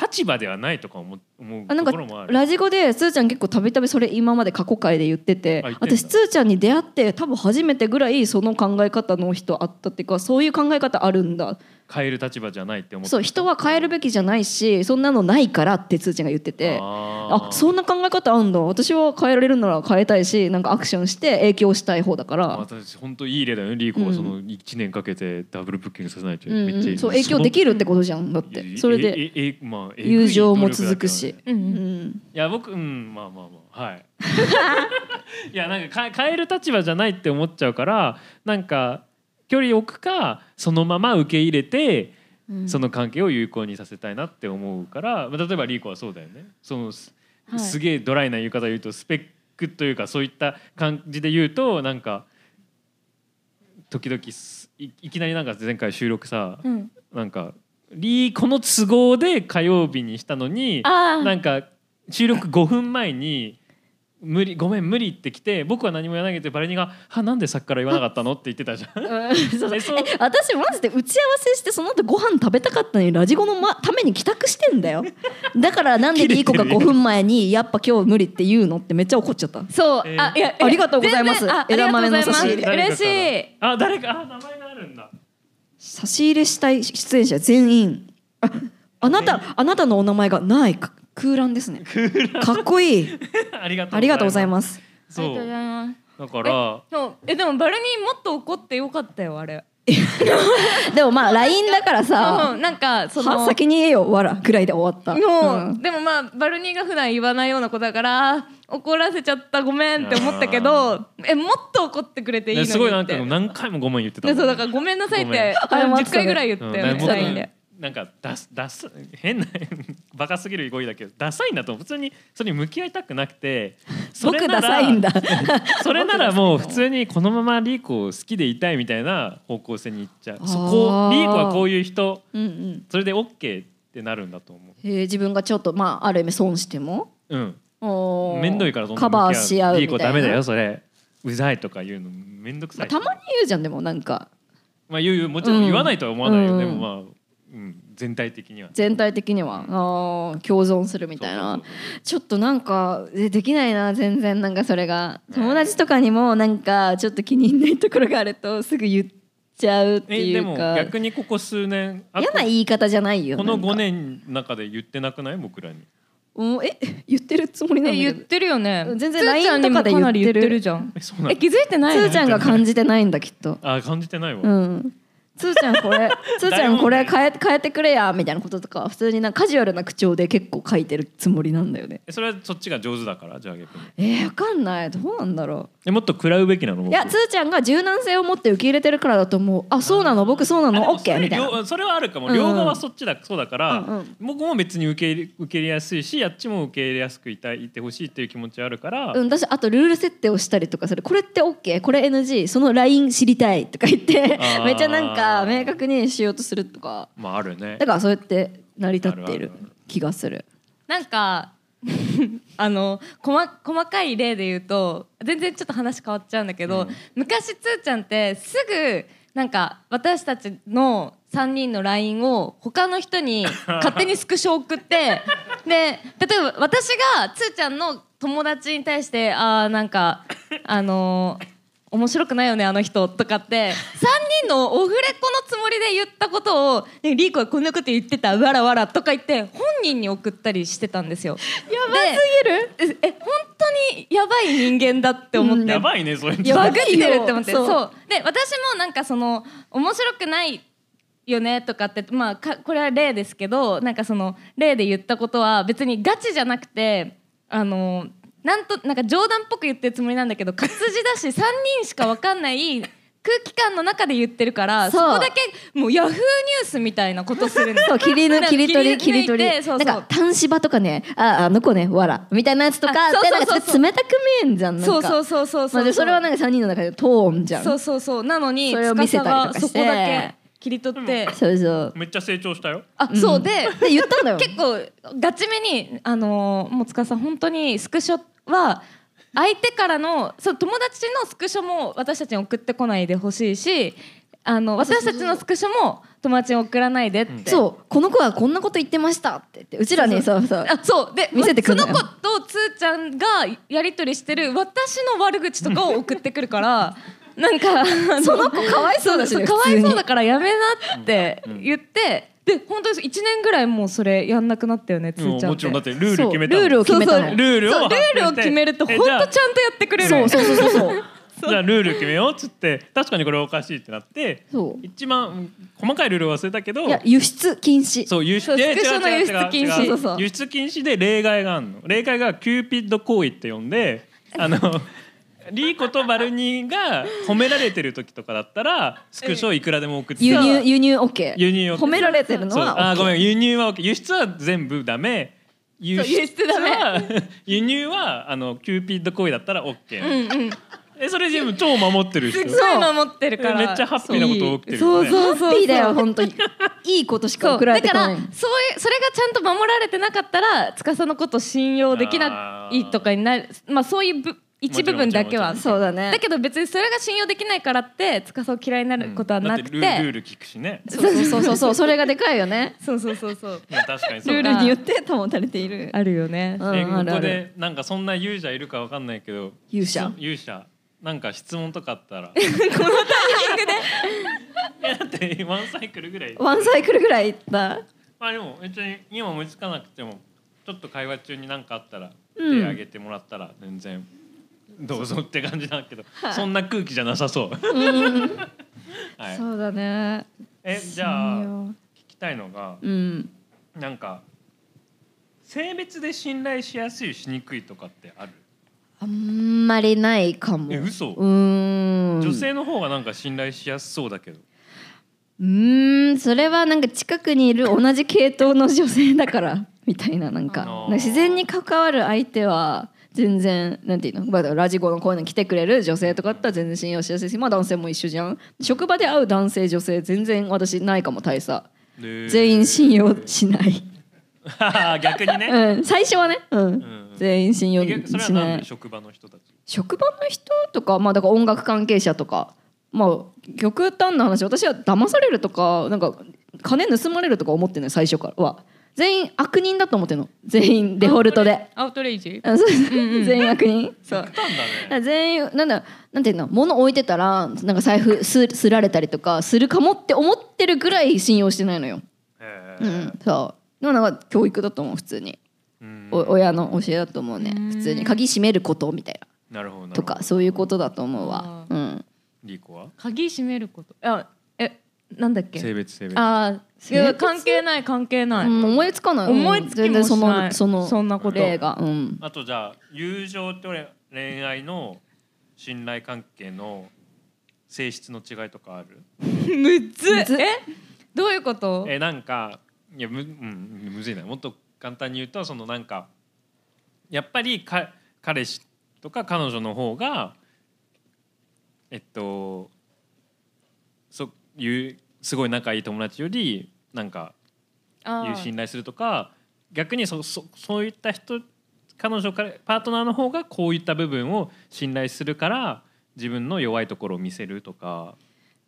立場ではないとか思う思うあなんかところもあるラジコでつーちゃん結構たびたびそれ今まで過去回で言っててあ言ってんだ私つーちゃんに出会って多分初めてぐらいその考え方の人あったっていうかそういう考え方あるんだ変える立場じゃないって思ってそう人は変えるべきじゃないしそんなのないからってつーちゃんが言っててああそんな考え方あんだ私は変えられるなら変えたいしなんかアクションして影響したい方だから、私本当いい例だよねリーコうはんその1年かけてダブルブッキングさせないとうんめっちゃうん、そう影響できるってことじゃんだっいやてそれでえええまあえぐい友情も続くしう努力だけどねうんうんんいや僕うんまあまあまあはい いやなんかか変える立場じゃないって思っちゃうからなんか距離置くかそのまま受け入れてうんその関係を有効にさせたいなって思うから、まあ例えばリーコはそうだよねそのす,、はいげえドライな言い方で言うとスペックというかそういった感じで言うとなんか時々すいいきなりなんか前回収録さ、うんなんかリーコの都合で火曜日にしたのにあーなんか収録5分前に。無理ごめん無理って来て僕は何も言わないけどバレニーが「はなんでさっきから言わなかったの?」って言ってたじ ゃん。うんそうそうええそう私マジで打ち合わせしてその後ご飯食べたかったのにラジゴの、ま、ために帰宅してんだよだからなんでリーコが切れて5る分前に「やっぱ今日無理」って言うのってめっちゃ怒っちゃったそう、えーあいやありがとうございます全然あ枝豆の差し入れあ りがとうございます嬉しいあ誰かあ名前があるんだ 差し入れしたい出演者全員ああなたあなたのお名前がないか空欄ですねかっこいいありがとう。ありがとうございますすありがとそうごうざいますだからでもえでもバルニーもっと怒ってよかったよあれでもまあ LINE だからうさんなんか「そはの先に言えよわら」ぐらいで終わったもう、うんでもまあバルニーが普段言わないような子だからあー怒らせちゃったごめんって思ったけどえもっと怒ってくれていいのねにってすごいなんか何回もごめん言ってたもでん。そうだからごめんなさいっごめんてあの謝ってたね10回ぐらい言ったようんね僕 LINE で。なんかダスダス変な バカすぎる語彙だけどダサいんだと思う普通にそれに向き合いたくなくてそれ僕ならダサ いんだそれならもう普通にこのままリーコを好きでいたいみたいな方向性に行っちゃうそこあーリーコはこういう人うんうんそれで OK ってなるんだと思えー自分がちょっとまあある意味損してもううんおー面倒いからそんなカバーし合うみリーたコいなダメだよそれうざいとか言うの面倒くさまあいたまに言うじゃんでもなんかまあ言う言うもちろん言わないとは思わないよ、うんでもまあ、うん、全体的には。全体的にはあー共存するみたいなそうそうちょっとなんかえできないな全然なんかそれがん友達とかにもなんかちょっと気に入んないところがあるとすぐ言っちゃうっそうてえいでうもか逆にここ数年あ嫌な言い方じゃないよこなのんか5年の中で言ってなくない僕らにうんえ言ってるつもりなんえだ言っけどてるよね全然つーちゃんに LINE ともかでかなり言言っるっててるじゃんえそうなのえ気づいてないつのーちゃんが感じてないんだきっとあ感じてないわ、うんつつーちゃんこ れつーちゃんこれ変え変えてくれやみたいなこととか普通になんかカジュアルな口調で結構書いてるつもりなんだよねえそれはそっちが上手だからじゃあ逆にえー、わかんないどうなんだろえもっと食らうべきなのう僕いやつーちゃんが柔軟性を持って受け入れてるからだと思うあそうなの僕そうなあでのもオッケーみたいそれな両それはあるかも、うんうん両側そっちだそうだから、うんうん僕も別に受け入れ受け入れやすいしあっちも受け入れやすくいたいってほしいっていう気持ちはあるから、うん私あとルール設定をしたりとかそれこれって OK これ NG そのライン知りたいとか言ってあーめっちゃなんか明確にしようとするとかまああるねだからそうやって成り立っていあるるあるある気がするなんかあの細細かい例で言うと全然ちょっと話変わっちゃうんだけど、うん昔つーちゃんってすぐなんか私たちの3人の LINE を他の人 に勝手にスクショ送ってで例えば私がつーちゃんの友達に対してあーなんかあのー面白くないよねあの人とかって3人のオフレコのつもりで言ったことを「ねリーコはこんなこと言ってたわらわら」とか言って本人に送ったりしてたんですよ。やばすぎるええ本当にやばい人間だって思って、やばいねそれやばバいグってるって思ってそそううで私もなんかその面白くないよねとかってまあかこれは例ですけどなんかその例で言ったことは別にガチじゃなくてあのなんとなんか冗談っぽく言ってるつもりなんだけど活字だし3人しかわかんない空気感の中で言ってるからそそうこだけもうヤフーニュースみたいなことするんですそう切り抜 なんか切り取り切切り抜りいて取りそうそうなんか端芝とかねああの子ねわらみたいなやつとかあそうでそなうんかちょっと冷たく見えんじゃんなんかそうそうそうそうそまうあでそれはなんか3人の中でトーンじゃんそうそうそうなのにそれを見せたりとかして司がそこだけ切り取って、そうそう めっちゃ成長したよあそうでで言ったんだよ結構ガチめにあのーもう塚さん本当にスクショは相手からのそう友達のスクショも私たちに送ってこないでほしいしあの私たちのスクショも友達に送らないでって、そうこの子はこんなこと言ってましたって言ってうちらにそうそうあそうで見せてくんなそよの子とつーちゃんがやり取りしてる私の悪口とかを送ってくるから なんかその子かわいそうだしねかわ普い通そうにだからやめなってうん言ってで本当に1年ぐらいもうそれやんなくなったよねつもーうちゃんもっちろてんだってルール決めたそうルールを決めたのルールをそうル発表してールを決めるとえ本当ちゃんとやってくれるそうそうそうそうそうじゃあルール決めようっつって確かにこれおかしいってなってそう一番細かいルールを忘れたけどいや輸出禁止そう輸出そういやスクショの違う輸違う出禁止違う違うそうそう輸出禁止で例外があるの例外がキューピッド行為って呼 んであのリーコとバルニーが褒められてる時とかだったらスクショをいくらでも送って輸入輸入 OK 輸入 OK 褒められてるのそうはあ OK ごめん輸入は OK 輸出は全部ダメ輸そう輸出ダメは 輸入はあのキューピッド行為だったら OK、うんうんえそれ全部超守ってるす人ごい守ってるからめっちゃハッピーなこと起きてるそようねそうそうハそうッピーだよ本当にいいことしかそう送られだてかこらなそういいうそれがちゃんと守られてなかったら司のこと信用できないとかになるまあそういうぶ一部分だけはもちそうだねだけど別にそれが信用できないからって司を嫌いになることはなくて,、うんだってルールルール聞くしねそうそうそうそうそれがでかいよねそうそうそうそうまあ確かにそうルだーねルによって保たれているあるよねうんえあこるこあるでなんかそんな勇者いるかわかんないけど勇者質勇者なんか質問とかあっ たらこのタイミングで いやだってワンサイクルぐらいワンサイクルぐらいいったまあでも別に今思いつかなくてもちょっと会話中に何かあったら手うん挙げてもらったら全然どうぞって感じだけど、そんな空気じゃなさそう はいそうだねえじゃあ聞きたいのがうんなんか性別で信頼しやすいしにくいとかってあるあんまりないかもえ嘘うーん女性の方がなんか信頼しやすそうだけど、うーんそれはなんか近くにい る同じ系統の女性だからみたいななんかあーなんか自然に関わる相手は全然なんていうの、まあ、ラジコのこういうの来てくれる女性とかだったら全然信用しやすいしまあ男性も一緒じゃん職場で会う男性女性全然私ないかも大差全員信用しない、 逆にね、うん、最初はね、うんん全員信用逆それはしな何でい職場の人たち職場の人とか,、まあ、だから音楽関係者とか、まあ、極端な話私は騙されるとかなんか金盗まれるとか思ってない最初からは全員悪人だと思ってるの全員デフォルトで。アウトレイジあそうそう全員悪人そう極端だかだねら全員なんだなんていうの物置いてたらなんか財布すすられたりとかするかもって思ってるぐらい信用してないのよ。へうーん、そうでもなんか教育だと思う普通に、うんお親の教えだと思うねうん普通に鍵閉めることみたいななるほどなるほとどかそういうことだと思うわ。うんリーコは鍵閉めることあえなんだっ性け別性別あいや関係ない関係ない、うん思いつかないうん思いつき全も然そしなのいそのそんなこと例がうんあとじゃあ友情と恋愛の信頼関係の性質の違いとかある むずむずえどういうことえなんかいやむ,、うん、むずいなもっと簡単に言うとそのなんかやっぱりか彼氏とか彼女の方がえっとそういうすごい仲いい友達よりなんかあいうー信頼するとか逆にそそそういった人彼女からパートナーの方がこういった部分を信頼するから自分の弱いところを見せるとか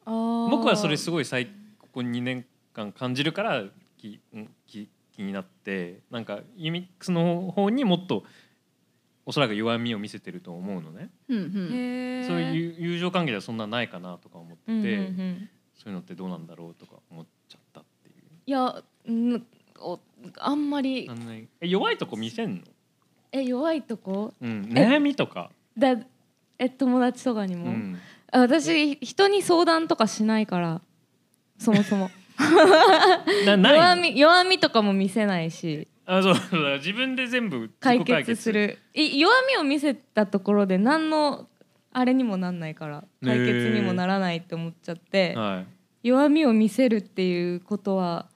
あー僕はそれすごい最ここ2年間感じるからきんき気になってなんかユミックスの方にもっとおそらく弱みを見せてると思うのね、うんうんへーそういう友情関係ではそんなないかなとか思ってて、うんうんうんそういうのってどうなんだろうとか思っちゃったっていういやんおあんまりあのねえ弱いとこ見せんの、え弱いとこうん、悩みとか、だえ友達とかにうも、ん、あ私人に相談とかしないからそもそも なない弱み弱みとかも見せないしあそうそう 自分で全部自己解決するい弱みを見せたところで何のあれにもなんないからへー解決にもならないって思っちゃって、はい弱みを見せるっていうことは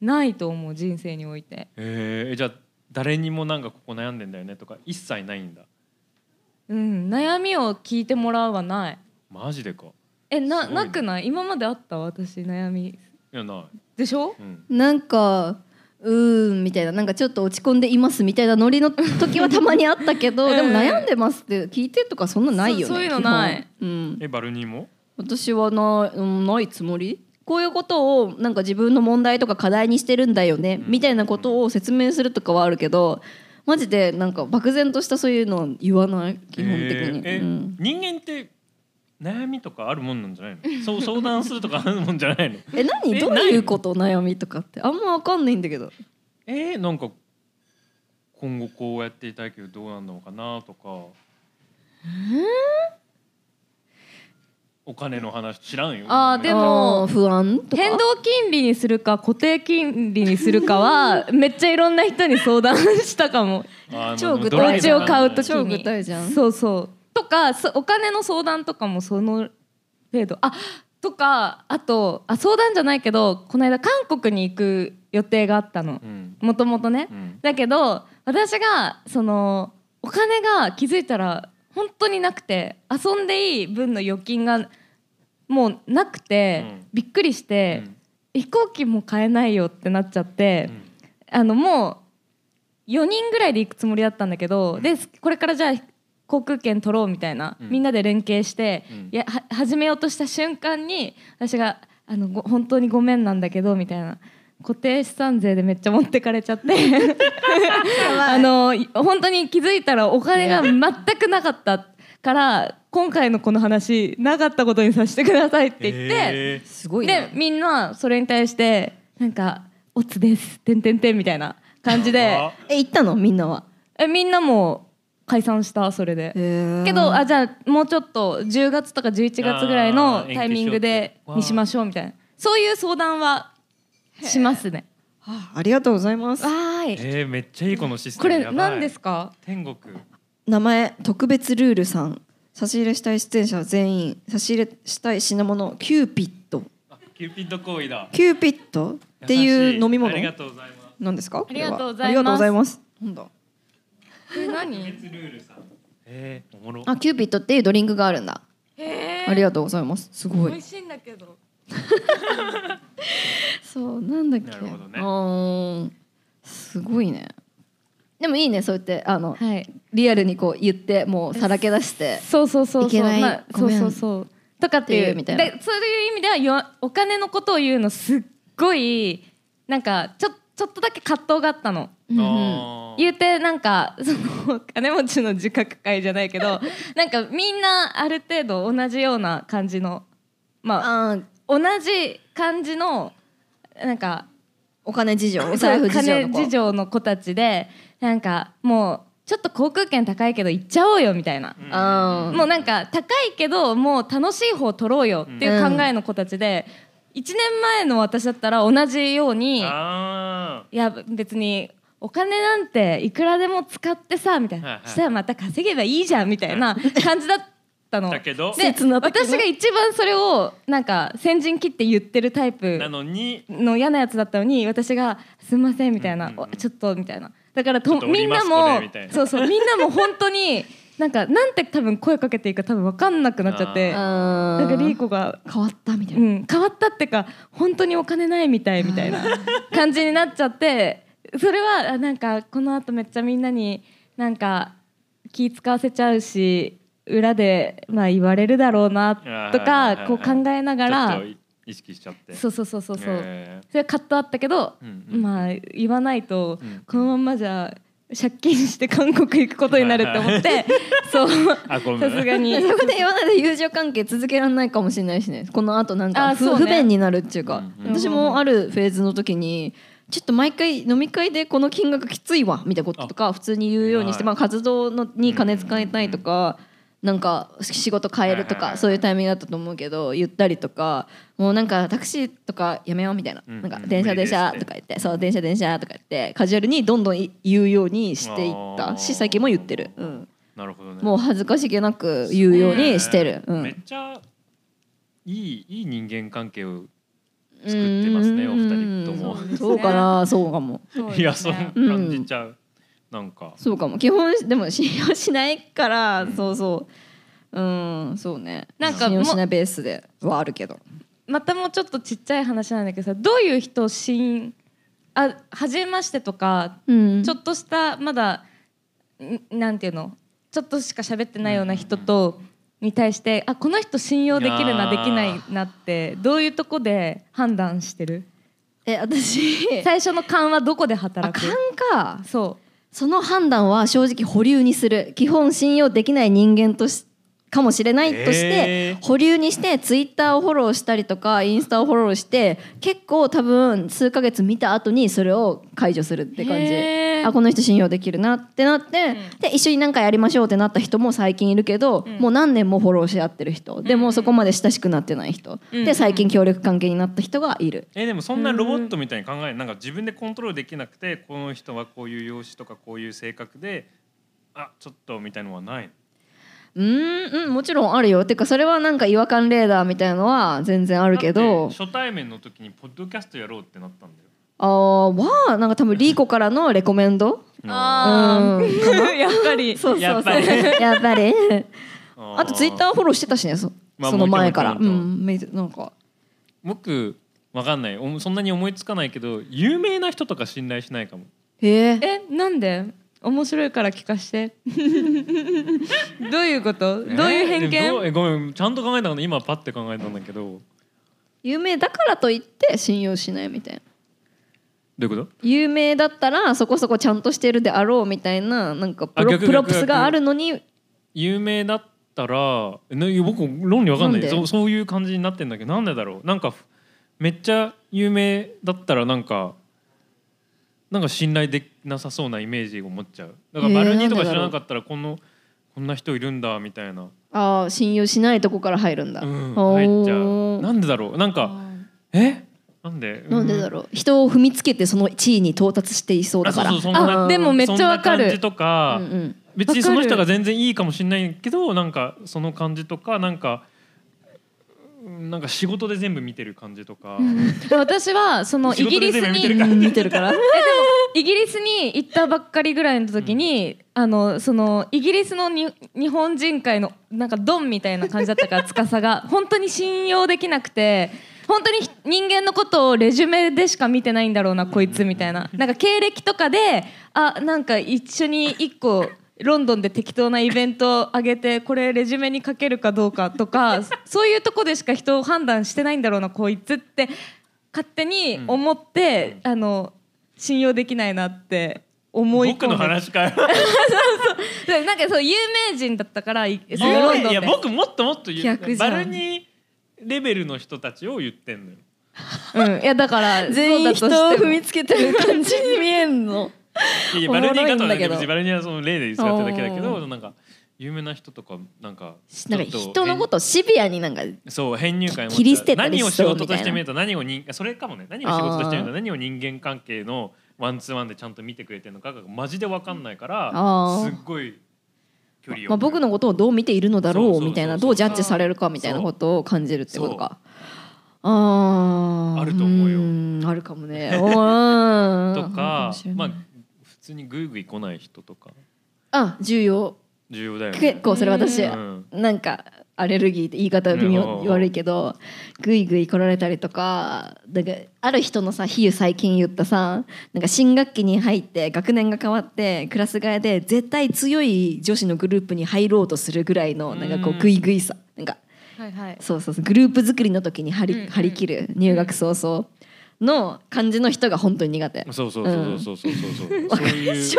ないと思う人生においてえー、じゃあ誰にもなんかここ悩んでんだよねとか一切ないんだうん悩みを聞いてもらうはないマジでかえなすごいねなくない今まであった私悩みいやなでしょい、うん、なんかうーんみたいななんかちょっと落ち込んでいますみたいなノリの時はたまにあったけど、 うんでも悩んでますって聞いてとかそんなないよねそうそういうのない基本うん、えバルニーも私はない、うん、ないつもりこういうことをなんか自分の問題とか課題にしてるんだよね、みたいなことを説明するとかはあるけどマジでなんか漠然としたそういうの言わない基本的に、えーえうん人間って悩みとかあるもんなんじゃないのそう相談するとかあるもんじゃないの え何えどうないいのうこと悩みとかってあんまわかんないんだけどえー、なんか今後こうやっていただけどどうなんのかなとかお金の話知らんよあーであもー不安とか変動金利にするか固定金利にする かはめっちゃいろんな人に相談したかもあー超具体的おドライ家だをな買うとき超に具体じゃんそうそうとかそお金の相談とかもその程度あとかあとあ相談じゃないけどこの間韓国に行く予定があったのうんもともとね、うんだけど私がそのお金が気づいたら本当になくて遊んでいい分の預金がもうなくて、うんびっくりしうて、ん飛行機も買えないよってなっちゃってう、んあのもう4人ぐらいで行くつもりだったんだけど、うんでこれからじゃあ航空券取ろうみたいな、うんみんなで連携して、うんいやは始めようとした瞬間に私があのご本当にごめんなんだけどみたいな固定資産税でめっちゃ持ってかれちゃって。あの本当に気づいたらお金が全くなかったから今回のこの話なかったことにさせてくださいって言って、えーすごいなでみんなそれに対してなんか「オツです」てんてんてんみたいな感じであえ行ったのみんなはえみんなも解散したそれで。けけどあじゃあもうちょっと10月とか11月ぐらいあのータイミングで延に期しようってしましょうみたいなそういう相談はしますね。ありがとうございまわーいえー、めっちゃいいこのシステムこれやばい何ですか天国名前特別ルールさん差し入れしたい出演者全員差し入れしたい品物キューピッドあキューピッド行為だキューピッドっていう飲み物優しいありがとうございますなんですかこれはありがとうございまあすりがとうございますなんだえ何別ルールさんえー、おもろあキューピッドっていうドリンクがあるんだえありがとうございますすご美い味しいんだけどそうなんだっけなるほどねあーすごいねでもいいねそうやってあのはいリアルにこう言ってもうさらけ出してそうそうそうそういけないまあ、ごそうめんそうそうとかっていっていううみたいなでそういう意味ではよお金のことを言うのすっごいなんかちょちょっとだけ葛藤があったのうんうんあー言うてなんかその 金持ちの自覚会じゃないけど なんかみんなある程度同じような感じのまああー同じ感じのなんかお金事情お財布事情の金事情の子たちでなんかもうちょっと航空券高いけど行っちゃおうよみたいな、うんあーもうなんか高いけどもう楽しい方取ろうよっていう考えの子たちで、 1年前の私だったら同じようにいあや別にお金なんていくらでも使ってさみたいな、はいはいしたらまた稼げばいいじゃんみたいな感じだったあの。 だけどで切な的な私が一番それをなんか先陣切って言ってるタイプなのにの嫌なやつだったのに私が「すんません」みたいなうんうんうんおちょっと」みたいなだからちょとっと降みりんまなすこもれみたいなそうそうみんなも本当になんかなんて多分声かけていいか多分分かんなくなっちゃってななんかリーコが、変わったみたいうな。ん、変わったってか本当にお金ないみたいみたいな感じになっちゃってそれはあなんかこのあとめっちゃみんなになんか気使わせちゃうし裏でまあ言われるだろうなとはいはいはいはかいこう考えながちょらっと意識しちゃってそうそうそうそうそう。えそれはカットあったけど、うんうんまあ言わないと、うんこのまんまじゃ借金して韓国行くことになるって思って、 そうーあごめさんすがに そこで言わないと友情関係続けられないかもしれないしねこのあとなんかあ不,、そうね不便になるっていうか、うんうん私もあるフェーズの時にちょっと毎回飲み会でこの金額きついわみたいなこととか普通に言うようにして、はいまあ、活動のに金使いたいとか、なんか仕事変えるとはいはいはかいそういうタイミングだったと思うけど言ったりとかもうなんかタクシーとかやめようみたいな,、うんうんなんか電車無理で電すね車とか言ってそう電車電車とか言ってカジュアルにどんどんい言うようにしていっあたーし最近も言ってる。うんなるほどねもう恥ずかしげなく言うようにしてる。うんめっちゃいいいい人間関係を作ってますねお二人ともうんうんそうか な、そうかも。そうですねいやそううん感じちゃうなんかそうかも。基本でも信用しないから、うんそうそう。うん、そうね。なんか信も用しないベースではあるけど。またもうちょっとちっちゃい話なんだけどさどういう人を信あ初めましてとかうんちょっとしたまだんなんていうのちょっとしか喋ってないような人とに対してあこの人信用できるなできないなってどういうとこで判断してるえ、私。最初の勘はどこであ、働く勘か。そその判断は正直保留にする。基本信用できない人間とし。かもしれないとして、えー保留にしてツイッターをフォローしたりとかインスタをフォローして結構多分数ヶ月見た後にそれを解除するって感じ。へーあこの人信用できるなってなって、うんで一緒に何かやりましょうってなった人も最近いるけど、うんもう何年もフォローし合ってる人、でもうそこまで親しくなってない人、うんで最近協力関係になった人がいる。えでもそんなロボットみたいに考えないなんか自分でコントロールできなくてこの人はこういう容姿とかこういう性格であちょっとみたいのはないうんうんもちろんあるよてかそれはなんか違和感レーダーみたいのは全然ああるけど初対面の時にポッドキャストやろうってなったんだよあーはなんか多分リーコからのレコメン ドうああう ーやっぱりそうそうそうやっぱりやっぱ りーあとツイッターフォローしてたしねそ,、まあその前からうもちろんんめなんか僕わかんないおそんなに思いつかないけど有名な人とか信頼しないかもへええなんで面白いから聞かして どういうことどういう偏えど見うえごめんちゃんと考えたの今パッて考えたんだけどど有名だからといって信用しないみたいなういうこと有名だったらそこそこちゃんとしてるであろうみたいななんかプあロ逆プロプス逆があるのに有名だったらね僕論理わかんないなんでそうそういう感じになってんだけどなんでだろうなんかふめっちゃ有名だったらなんかなんか信頼できなさそうなイメージを持っちゃうだからえーバルニーとなんかでだ知ろらうなかったらこのこんな人いるんだみたいな、あー信用しないとこから入るんだ、うん、おー入っちゃうなんでだろうなんかえなんでなんでだろろう人を踏みつけてその地位に到達していそうだあそからうそうそんなあでもめっちゃわかるそんな感じとか、うんうん別にその人わかがる全然いいかもしれないけどなんかその感じとかなんかうんなんか仕事で全部見てる感じとか 私はそのイ仕ギ事でリス全部見てるに感じ見てる からイギリスに行ったばっかりぐらいの時に、あのそのイギリスのに日本人会のなんかドンみたいな感じだった から司が本当に信用できなくて本当にひ人間のことをレジュメでしか見てないんだろうなこいつみたいななんか経歴とかであなんか一緒に一個ロンドンで適当なイベントをあげてこれレジュメに書けるかどうかとかそういうとこでしか人を判断してないんだろうなこいつって勝手に思って、あの信用できないなって思い込んで僕の話からでなんかそう有名人だったからいそう有ロンド名ンいでや僕もっともっと言逆うじゃバんルニーレベルの人たちを言ってんのようん、いやだから全員人そをうだとしても踏みつけてる感じに見えんのいやい やおもバろいルんニーだけがどとはだけどバルニーはその例で使ってるだけだけおどなんか有名な人とかなんかなんかちょっ人のことをシビアになんかそう編入会も切り捨てたり何をし仕そうみた事いなとしてみると何を人それかもね何を仕事としてあみるーと何を人間関係のワンツーワンでちゃんと見てくれてるのかがマジで分かんないからあーすっごい距離を、まあ、僕のことをどう見ているのだろそううそうそうそうみたいなどうジャッジされるかみたいなことを感じるってことか。あーあると思うよんあるかもね。お ーとかあるもまあしれない普通にグイグイ来ない人とかあ重要重要だよね。結構それ私、うんなんかアレルギーって言い方微妙うん悪いけどぐいぐい来られたりとかだからある人のさ比喩最近言ったさなんか新学期に入って学年が変わってクラス替えで絶対強い女子のグループに入ろうとするぐらいのなんかこううんぐいぐいさなんかはいはいそうそうそうグループ作りの時に張り,、うんうん張り切る入学早々の感じの人が本当に苦手。そうそうそうそうそうそうそう、そういう うん人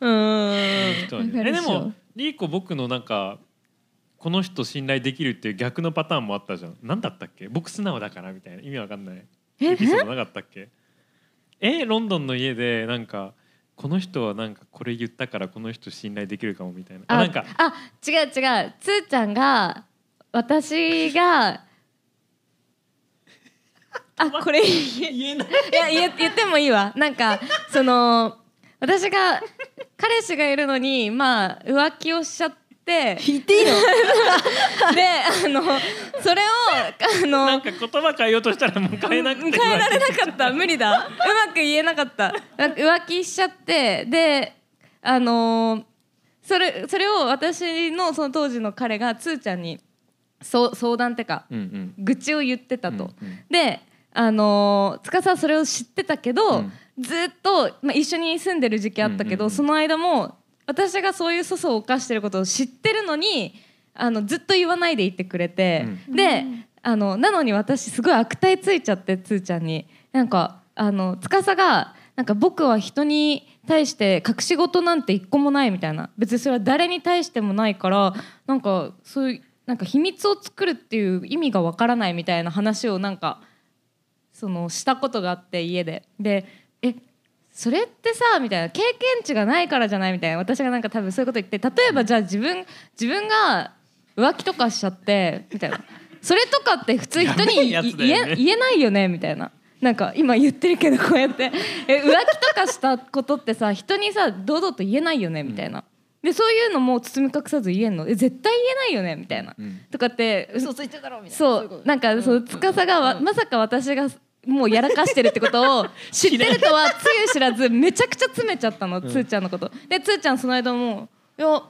はねわかるえでっしょもリーコ僕のなんかこの人信頼できるっていう逆のパターンもあったじゃん何だったっけ僕素直だからみたいな意味わかんないエピソードなかったっけえロンドンの家でなんかこの人はなんかこれ言ったからこの人信頼できるかもみたいなあなんかあ違う違うつーちゃんが私 があこれ言え言えないいや言え言ってもいいわなんかその私が彼氏がいるのにまあ浮気をしちゃって言って いいのであのそれをあのなんか言葉変えようとしたらもう変えなくて変えられなかった無理だうまく言えなかったなんか浮気しちゃってであのーそれそれを私のその当時の彼がつーちゃんにそう相談ってかうんうん愚痴を言ってたと、うんうんであのー司はそれを知ってたけど、うんずっと、まあ、一緒に住んでる時期あったけど、うんうんうんその間も私がそういう粗相を犯してることを知ってるのにあのずっと言わないでいてくれて、であのなのに私すごい悪態ついちゃってつーちゃんになんかあの司がなんか僕は人に対して隠し事なんて一個もないみたいな別にそれは誰に対してもないからなんかそういうなんか秘密を作るっていう意味がわからないみたいな話をなんかそのしたことがあって家ででえそれってさみたいな経験値がないからじゃないみたいな私がなんか多分そういうこと言って例えばじゃあ自分自分が浮気とかしちゃってみたいなそれとかって普通人にいやばいやつだ言よえね言えないよねみたいな。なんか今言ってるけどこうやってえ浮気とかしたことってさ人にさ堂々と言えないよねみたいなでそういうのも包み隠さず言えんのえ絶対言えないよねみたいな、うんとかって嘘ついてたろみたいな。そうなんかそう司がわまさか私がもうやらかしてるってことを 知ってるとはつゆ知らずめちゃくちゃ詰めちゃったの、つーちゃんのことでつーちゃんその間もいや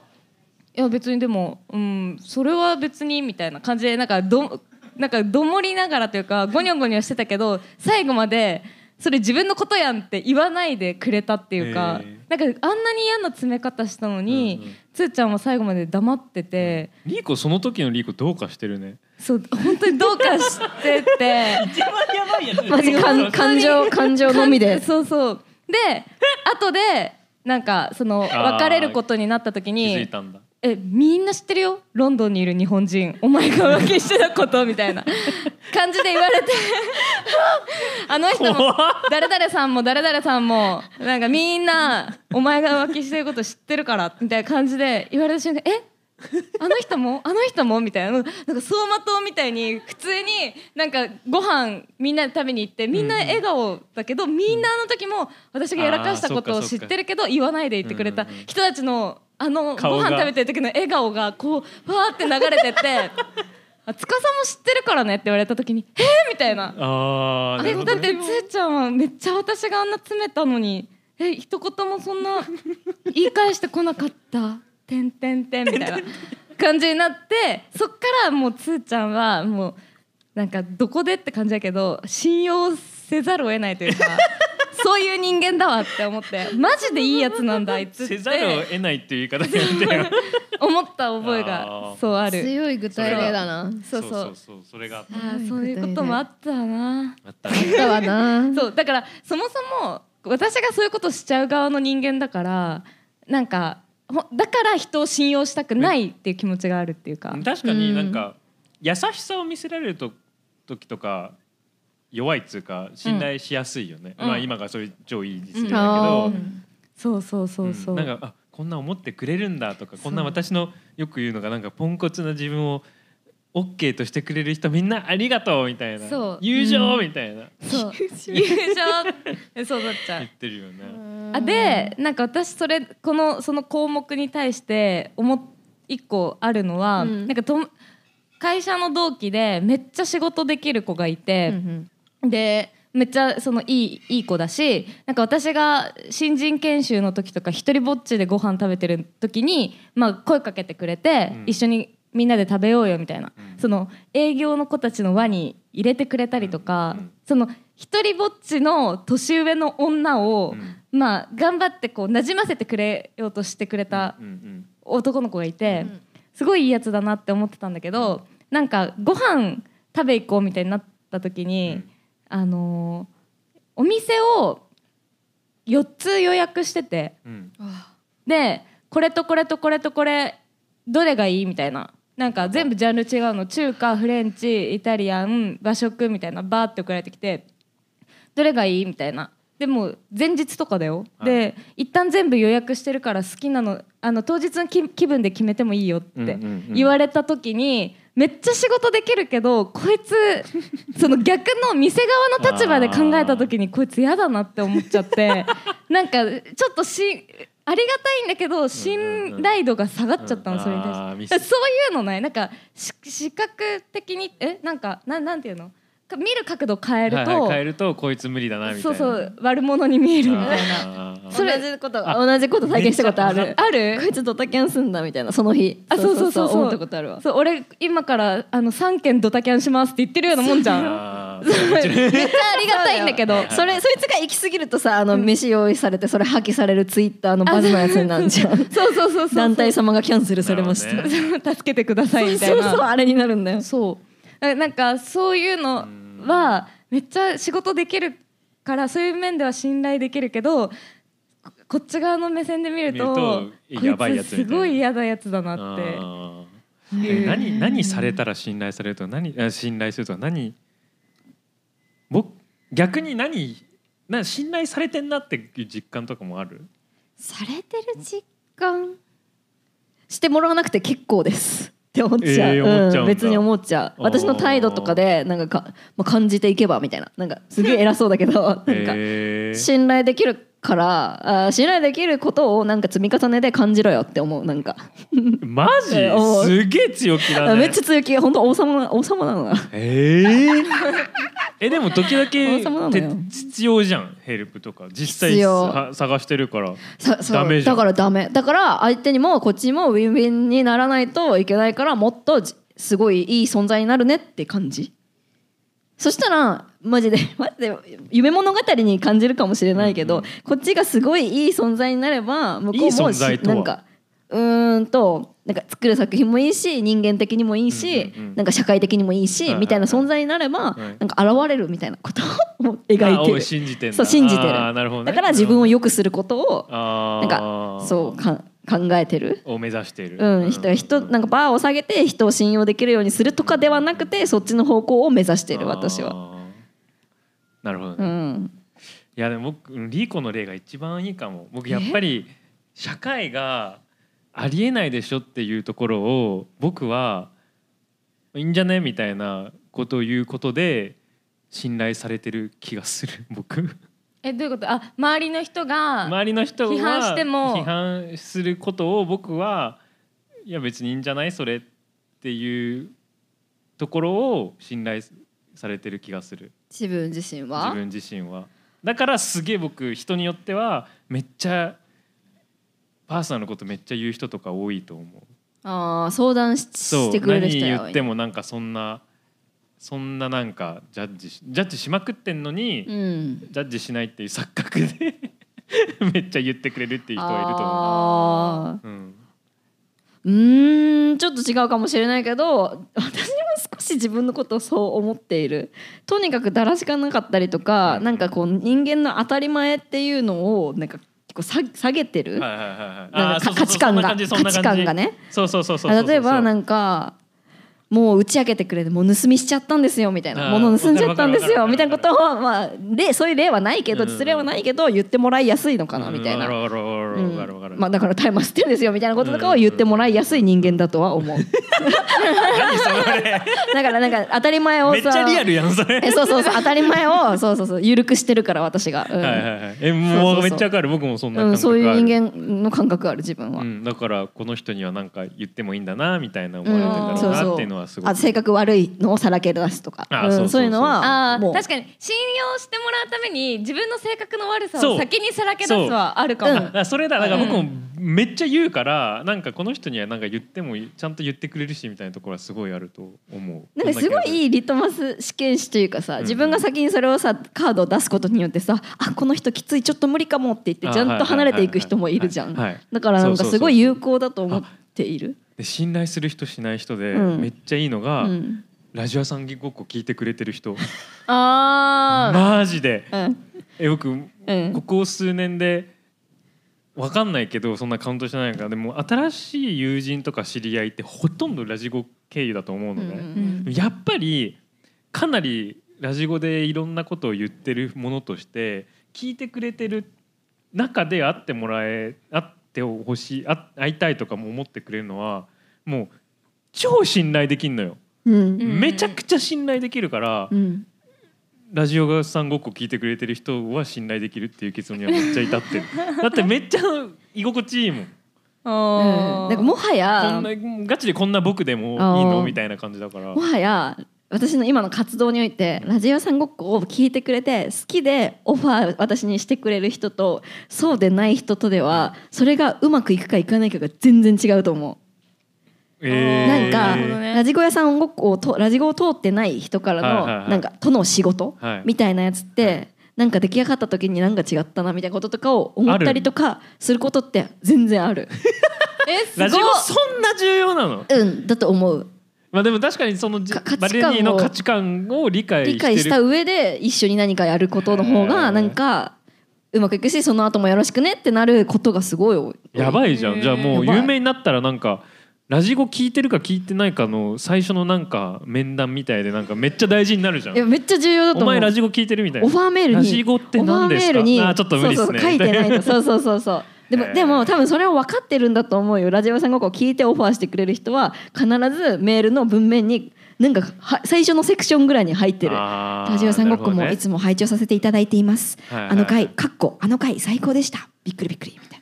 いや別にでもうんそれは別にみたいな感じでなんかどなんかどもりながらというかゴニョゴニョしてたけど最後までそれ自分のことやんって言わないでくれたっていうか、へなんかあんなに嫌な詰め方したのに、うんうんつーちゃんは最後まで黙ってて。リーコその時のリーコどうかしてるねそう本当にどうかしてて 一番やばいやつマジ感感情感情のみでそうそうで後でなんかそのー別れることになった時気づいにたんだえみんな知ってるよロンドンにいる日本人お前が浮気してたことみたいな感じで言われて あの人も怖っ誰々さんも誰々さんもなんかみんなお前が浮気してること知ってるからみたいな感じで言われた瞬間えあの人もあの人もみたいななんか走馬灯みたいに普通になんかご飯みんなで食べに行ってみんな笑顔だけど、みんなあの時も私がやらかしたことあをーそ知っかそっっかてるけど言わないでいてくれたうんうんうん人たちのあの顔ごが飯食べてる時の笑顔がこうわーって流れて って「あ司も知ってるからね」って言われた時に「えー!」みたいなあーなえるほだどっねてつーちゃんはめっちゃ私があんな詰めたのにえ一言もそんな言い返してこなかった「てんてんてん」みたいな感じになってそっからもうつーちゃんはもうなんかどこでって感じだけど信用せざるを得ないという かそういう人間だわって思ってマジでいいやつなんだあいつっせざるをて得ないっていう言い方やめてよ 思った覚えがあーそうある強い具体例だな。 そうそうそうそうそれがあったあーそういうこともあったな。あっただわ な。そうだからそもそも私がそういうことしちゃう側の人間だからなんかほだから人を信用したくないっていう気持ちがあるっていうか。確かになんか優しさを見せられると時とか弱いっつうか信頼しやすいよね、うんまあ今がそういう超いい実うん例だけど、あうーんそうそうそうそう。なんかあこんな思ってくれるんだとかこんな私のよく言うのがなんかポンコツな自分を OK としてくれる人みんなありがとうみたいなそう友情うんみたいな そう友情そうだっちゃう言ってるよね。あでなんか私それこのその項目に対して思っ一個あるのは、うんなんかとも会社の同期でめっちゃ仕事できる子がいて、うんでめっちゃそのいいいい子だしなんか私が新人研修の時とか一人ぼっちでご飯食べてる時に、まあ、声かけてくれて、うん一緒にみんなで食べようよみたいな、うんその営業の子たちの輪に入れてくれたりとか、うんその一人ぼっちの年上の女を、まあ、頑張ってこう馴染ませてくれようとしてくれたうんうん男の子がいて、うんすごいいいやつだなって思ってたんだけど、なんかご飯食べ行こうみたいになった時に、うんあのーお店を4つ予約しててうんでこれとこれとこれとこれどれがいいみたいななんか全部ジャンル違うの中華フレンチイタリアン和食みたいなバーって送られてきてどれがいいみたいなでも前日とかだよ、はいで一旦全部予約してるから好きなのあの当日の気気分で決めてもいいよってうんうんうん言われた時に、めっちゃ仕事できるけどこいつその逆の店側の立場で考えた時にこいつ嫌だなって思っちゃってなんかちょっとしありがたいんだけど信頼度が下がっちゃったの、うんそれに対してあーミスだからそういうのないなんかし視覚的にえなんかなんなんていうのか見る角度変えると、はいはい、変えるとこいつ無理だなみたいな。そうそう悪者に見えるみたいな。な。うん、それ同じことあ同じこと体験したことあめっるちああるこいつドタキャンすんだみたいなその日あそうそうそうそう思ったことあるわそう俺今からあの3件ドタキャンしますって言ってるようなもんじゃん。あーめっちゃありがたいんだけどそそうだよれそいつが行き過ぎるとさあの飯用意されてそれ破棄されるツイッターのバズのやつになるじゃんそうそうそうそう 団体様がキャ ンセルされましなたるほどね 助けてくださいみたいそうなそうあれになるんだよそうえなんかそういうのはめっちゃ仕事できるからそういう面では信頼できるけどここっち側の目線で見ると見るとやばいやつみたいこなすごい嫌なやつだなってあーえ何何されたら信頼されるとか何あ信頼するとか何僕逆に何な信頼されてんなっていう実感とかもあるされてる実感してもらわなくて結構ですって思っちゃう,、えー思っちゃうんだ別に思っちゃうあー私の態度とかでなんかか、まあ、感じていけばみたいななんかすげえ偉そうだけどなんか、えー信頼できるからあー信頼できることをなんか積み重ねで感じろよって思うなんか、マジえー思うすげえ強気だねめっちゃ強気本当王様な王様なのなえー えでも時々王様なのよて必要じゃんヘルプとか実際必要さ探してるからさそうダメじゃだんからダメだから相手にもこっちもウィンウィンにならないといけないからもっとじすごいいい存在になるねって感じそしたらマジで マジで夢物語に感じるかもしれないけど、うんこっちがすごいいい存在になれば向こうもいい存在とはなんかうーんとなんか作る作品もいいし人間的にもいいし、うんうんうんなんか社会的にもいいし、はいはいはいみたいな存在になれば、はいなんか現れるみたいなことを描あいておる信じてんだそう信じてるあーなるほどねだから自分を良くすることをあなんーかそうか考えてる。を目指している。うん、人人なんかバーを下げて人を信用できるようにするとかではなくてそっちの方向を目指してる私は。あー。なるほどうね。いん、やでも僕うんリーコの例が一番いいかも。僕やっぱり社会がありえないでしょっていうところを僕はいいんじゃねみたいなことを言うことで信頼されてる気がする僕。えどういうことあ周りの人が、周りの人は批判しても批判することを僕はいや別にいいんじゃないそれっていうところを信頼されてる気がする自分自身自は分自身はだからすげえ僕人によってはめっちゃパーソナルのことめっちゃ言う人とか多いと思うあー相談しそしうてくれる人何や言ってもなんかそんなそんななんかジャッジしジャッジしまくってんのに、うん、ジャッジしないっていう錯覚で めっちゃ言ってくれるっていう人はいると思う。あーうんうーんちょっと違うかもしれないけど私も少し自分のことをそう思っているとにかくだらしかなかったりとかなんかこう人間の当たり前っていうのをなんか結構下下げてる、はいはいはいはいなんかあーかそうそ価う値観がそんな感じそんな感じ価値観がねそうそうそうそうそう例えばなんんかかもう打ち明けてくれてもう盗みしちゃったんですよみたいなあー物盗んじゃったんですよわかるわかるみたいなことをまあ例そういう例はないけどうん実例はないけど言ってもらいやすいのかなみたいな。うんわかるわかるわかるわかうるんまあ、だから大麻吸ってるんですよみたいなこととかを言ってもらいやすい人間だとは思う 何それだからなんか当たり前をさめっちゃリアルやんそれえそうそうそう当たり前をそうそうそう緩くしてるから私が、うんはいはいはいえもそうそううそうめっちゃわかる僕もそんうな感ん、覚そあうるいう人間の感覚ある自分は、うん、だからこの人には何か言ってもいいんだなみたいな思われてんだろうそうなそっていうのはすごあい性格悪いのをさらけ出すとかあうんそうそうそういうのはあもうー確かに信用してもらうために自分の性格の悪さそをう先にさらけ出すはあるかうも、んあそれだだから僕もめっちゃ言うから、なんかこの人にはなんか言ってもいいちゃんと言ってくれるしみたいなところはすごいあると思うなんかすごいいいいリトマス試験紙というかさ、ん自分が先にそれをさカードを出すことによってさあこの人きついちょっと無理かもって言ってちゃんと離れていく人もいるじゃはいはいはいんはいだからなんかすごい有効だと思っているで信頼する人しない人で、うんめっちゃいいのが、うんラジオ屋さんごっこ聞いてくれてる人あマジでうんえ僕、うんここ数年でわかんないけどそんなカウントしてないからでも新しい友人とか知り合いってほとんどラジゴ経由だと思うのね、うんやっぱりかなりラジゴでいろんなことを言ってるものとして聞いてくれてる中で会ってもらえ会ってほしいあ会いたいとかも思ってくれるのはもう超信頼できんのよ、うんんめちゃくちゃ信頼できるから、うんラジオさんごっこ聞いてくれてる人は信頼できるっていう結論にはめっちゃ 至ってるだってめっちゃ居心地いいもんうーんあーなんかもはこやんなガチでこんな僕でもいいあーのみたいな感じだからもはや私の今の活動においてラジオ屋さんごっこを聞いてくれて好きでオファー私にしてくれる人とそうでない人とではそれがうまくいくかいかないかが全然違うと思う。なんえーか、なるほどねラジオ屋さんごっこをとラジオを通ってない人からの、はいはいはいなんかとの仕事、はいみたいなやつって、なんか出来上がった時になんか違ったなみたいなこととかを思ったりとかすることって全然ある。えすごラいジオそんな重要なのうんだと思う。まあでも確かにそのじか価値観をバレリーの価値観を理解してる理解した上で一緒に何かやることの方へがーなんかうまくいくしその後もよろしくねってなることがすごい多いやばいじゃへんーじゃあもうやばい有名になったらなんかラジゴ聞いてるか聞いてないかの最初のなんか面談みたいでなんかめっちゃ大事になるじゃいやんめっちゃ重要だとお思う前ラジゴ聞いてるみたいなオファーメールにラジゴって何ですかオファーメールにあーちょっと無理っすそねうそう書いてないのそうそうそうそうでへもーでも多分それを分かってるんだと思うよラジオさんごっこを聞いてオファーしてくれる人は必ずメールの文面になんかは最初のセクションぐらいに入ってるあーラジオさんごっこなもるほどねいつも拝聴させていただいています。はいはいはいあの回、かっこ、あの回最高でした。びっくりびっくりみたい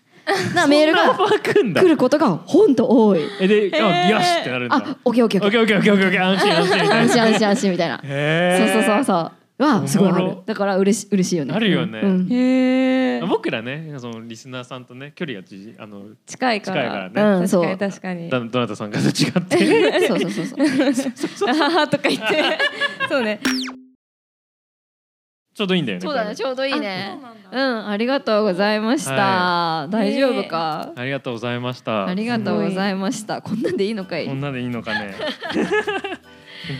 な。なメールそんながオファー来んだ来ることが本当多い。えで、あへーよしってなるんだあ、オッケーオッケオーオッッケケー。ーオッケーオッケーオッケー安心安心み 安心たいな安心安心みたいな。へそうーそうそうそう。はすごいあおもるろ。だから嬉し嬉しいよね。あるよねうん うんへえ僕らねそのリスナーさんとね距離が縮いあの近いから近いからうんね確そうかに確かにだどなたさんかと違って そうそうそうそう。あー とか言って そうねちょうどいいんだよねそうだね、こちょうどいいね。うん、ありがとうございました。大丈夫かれ。ありがとうございましたありがとうございました。こんなんでいいのかいこ。んなでいいのか ね。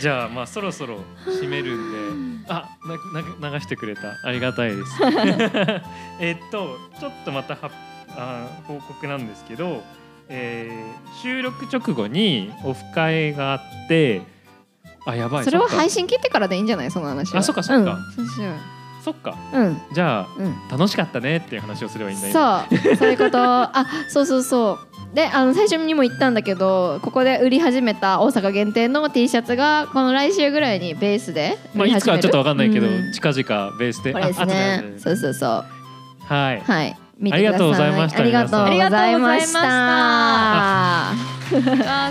じゃあまあそろそろ締めるんで、あなな流してくれたありがたいです。 えっとちょっとまたはあ報告なんですけど、えー収録直後にオフ会があって、あやばい。それはっか配信聞いてからでいいんじゃないその話は。あそっかそっうかんそうしよそっか。う。うん。じゃうん。あ楽しかったねっていう話をすればいいんだよ。そうそういうことあそうそうそうであの最初にも言ったんだけどここで売り始めた大阪限定の T シャツがこの来週ぐらいにベースでまあ売りい始つめかるはちょっとわかんないけど、う近々ベースで。これですあ後ね後そうそうそうはい。はい見てありがとうございくださましたありがとうございましたああー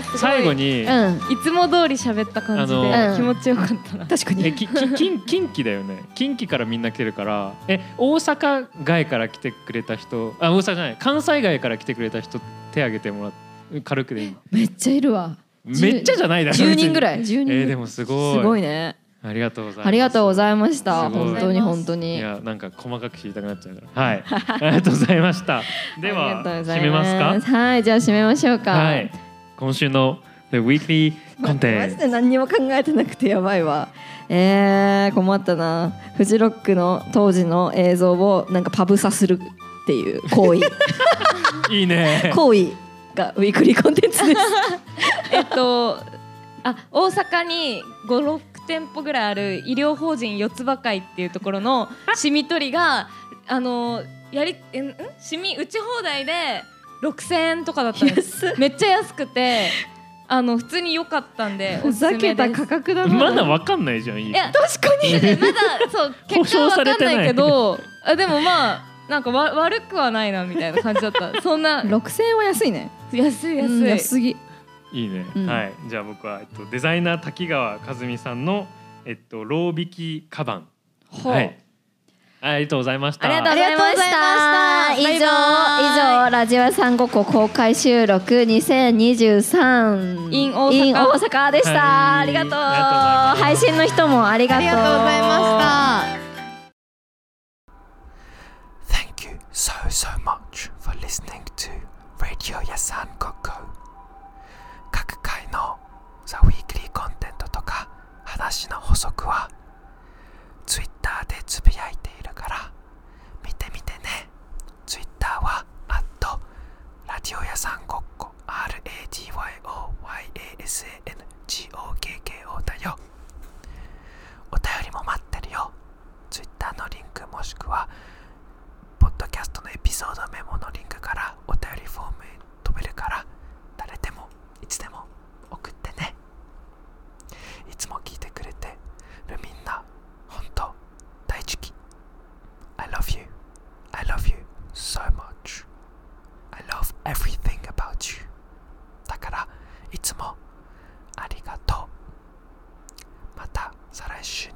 すごい最後に。うんいつも通り喋った感じあので気持ちよかった な確かえきき近近畿だよね近畿からみんな来てるからえ大阪外から来てくれた人あ大阪じゃない関西外から来てくれた人手挙げてもらう軽くでいいめっちゃいるわめっちゃじゃないだろ10人ぐらいい10人えーでもすごいすごいねありがとうございますありがとうございましたすごい本当に本当いにやなんか細かく知りたくなっちゃうか らはいありがとうございましたであはりがとうござい締めますすはいじゃあ締めましょうかかはい今週の The Weekly コンマテジンツで何にも考えてなくてやばいわえー、困ったなフジロックの当時の映像をなんかパブサするっていう行為 いいね行為がウィークリーコンテンツですえっとあ大阪に56店舗ぐらいある医療法人四つ葉会っていうところ のシミ取りがあのやりえんんシミ打ち放題で6000円とかだったんですめっちゃ安くてあの普通に良かったんでおふすすざめですけた価格だなまだわかんないじゃん。いや確かにまだそう保結果証わさかんれてないないけどあでもまあなんかわ悪くはないなみたいな感じだったそ んな6000円は安いね安いうん安安いすぎいいね、うんはい、じゃあ僕は、えっと、デザイナー滝川和美さんの、えっと、ロー引きカバン。ほうはい。ありがとうございました。ありがとうありがとうございました。以上、バイバ以上、ラジオ屋さんごっこ公開収録2023 in 大阪 in 大阪でした、はいありがとう。ありがとうございます配信の人もありがあとりう。がとうございました。 Thank you so, so much for listening to Radio Yasan Koko. 各回のザ・ウィークリーコンテンツとか話の補足は Twitter でつぶやいているから見てみてね。Twitter は、アット、ラジオ屋さんごっこ、RADYOYASANGOKKO だよ。お便りも待ってるよ。Twitter のリンクもしくは、ポッドキャストのエピソードメモのリンクからお便りフォームへ飛べるから誰でもいつでも送ってねいつも聞いてくれてるみんな本当大好き I love you I love you so much I love everything about you だからいつもありがとうまた再来週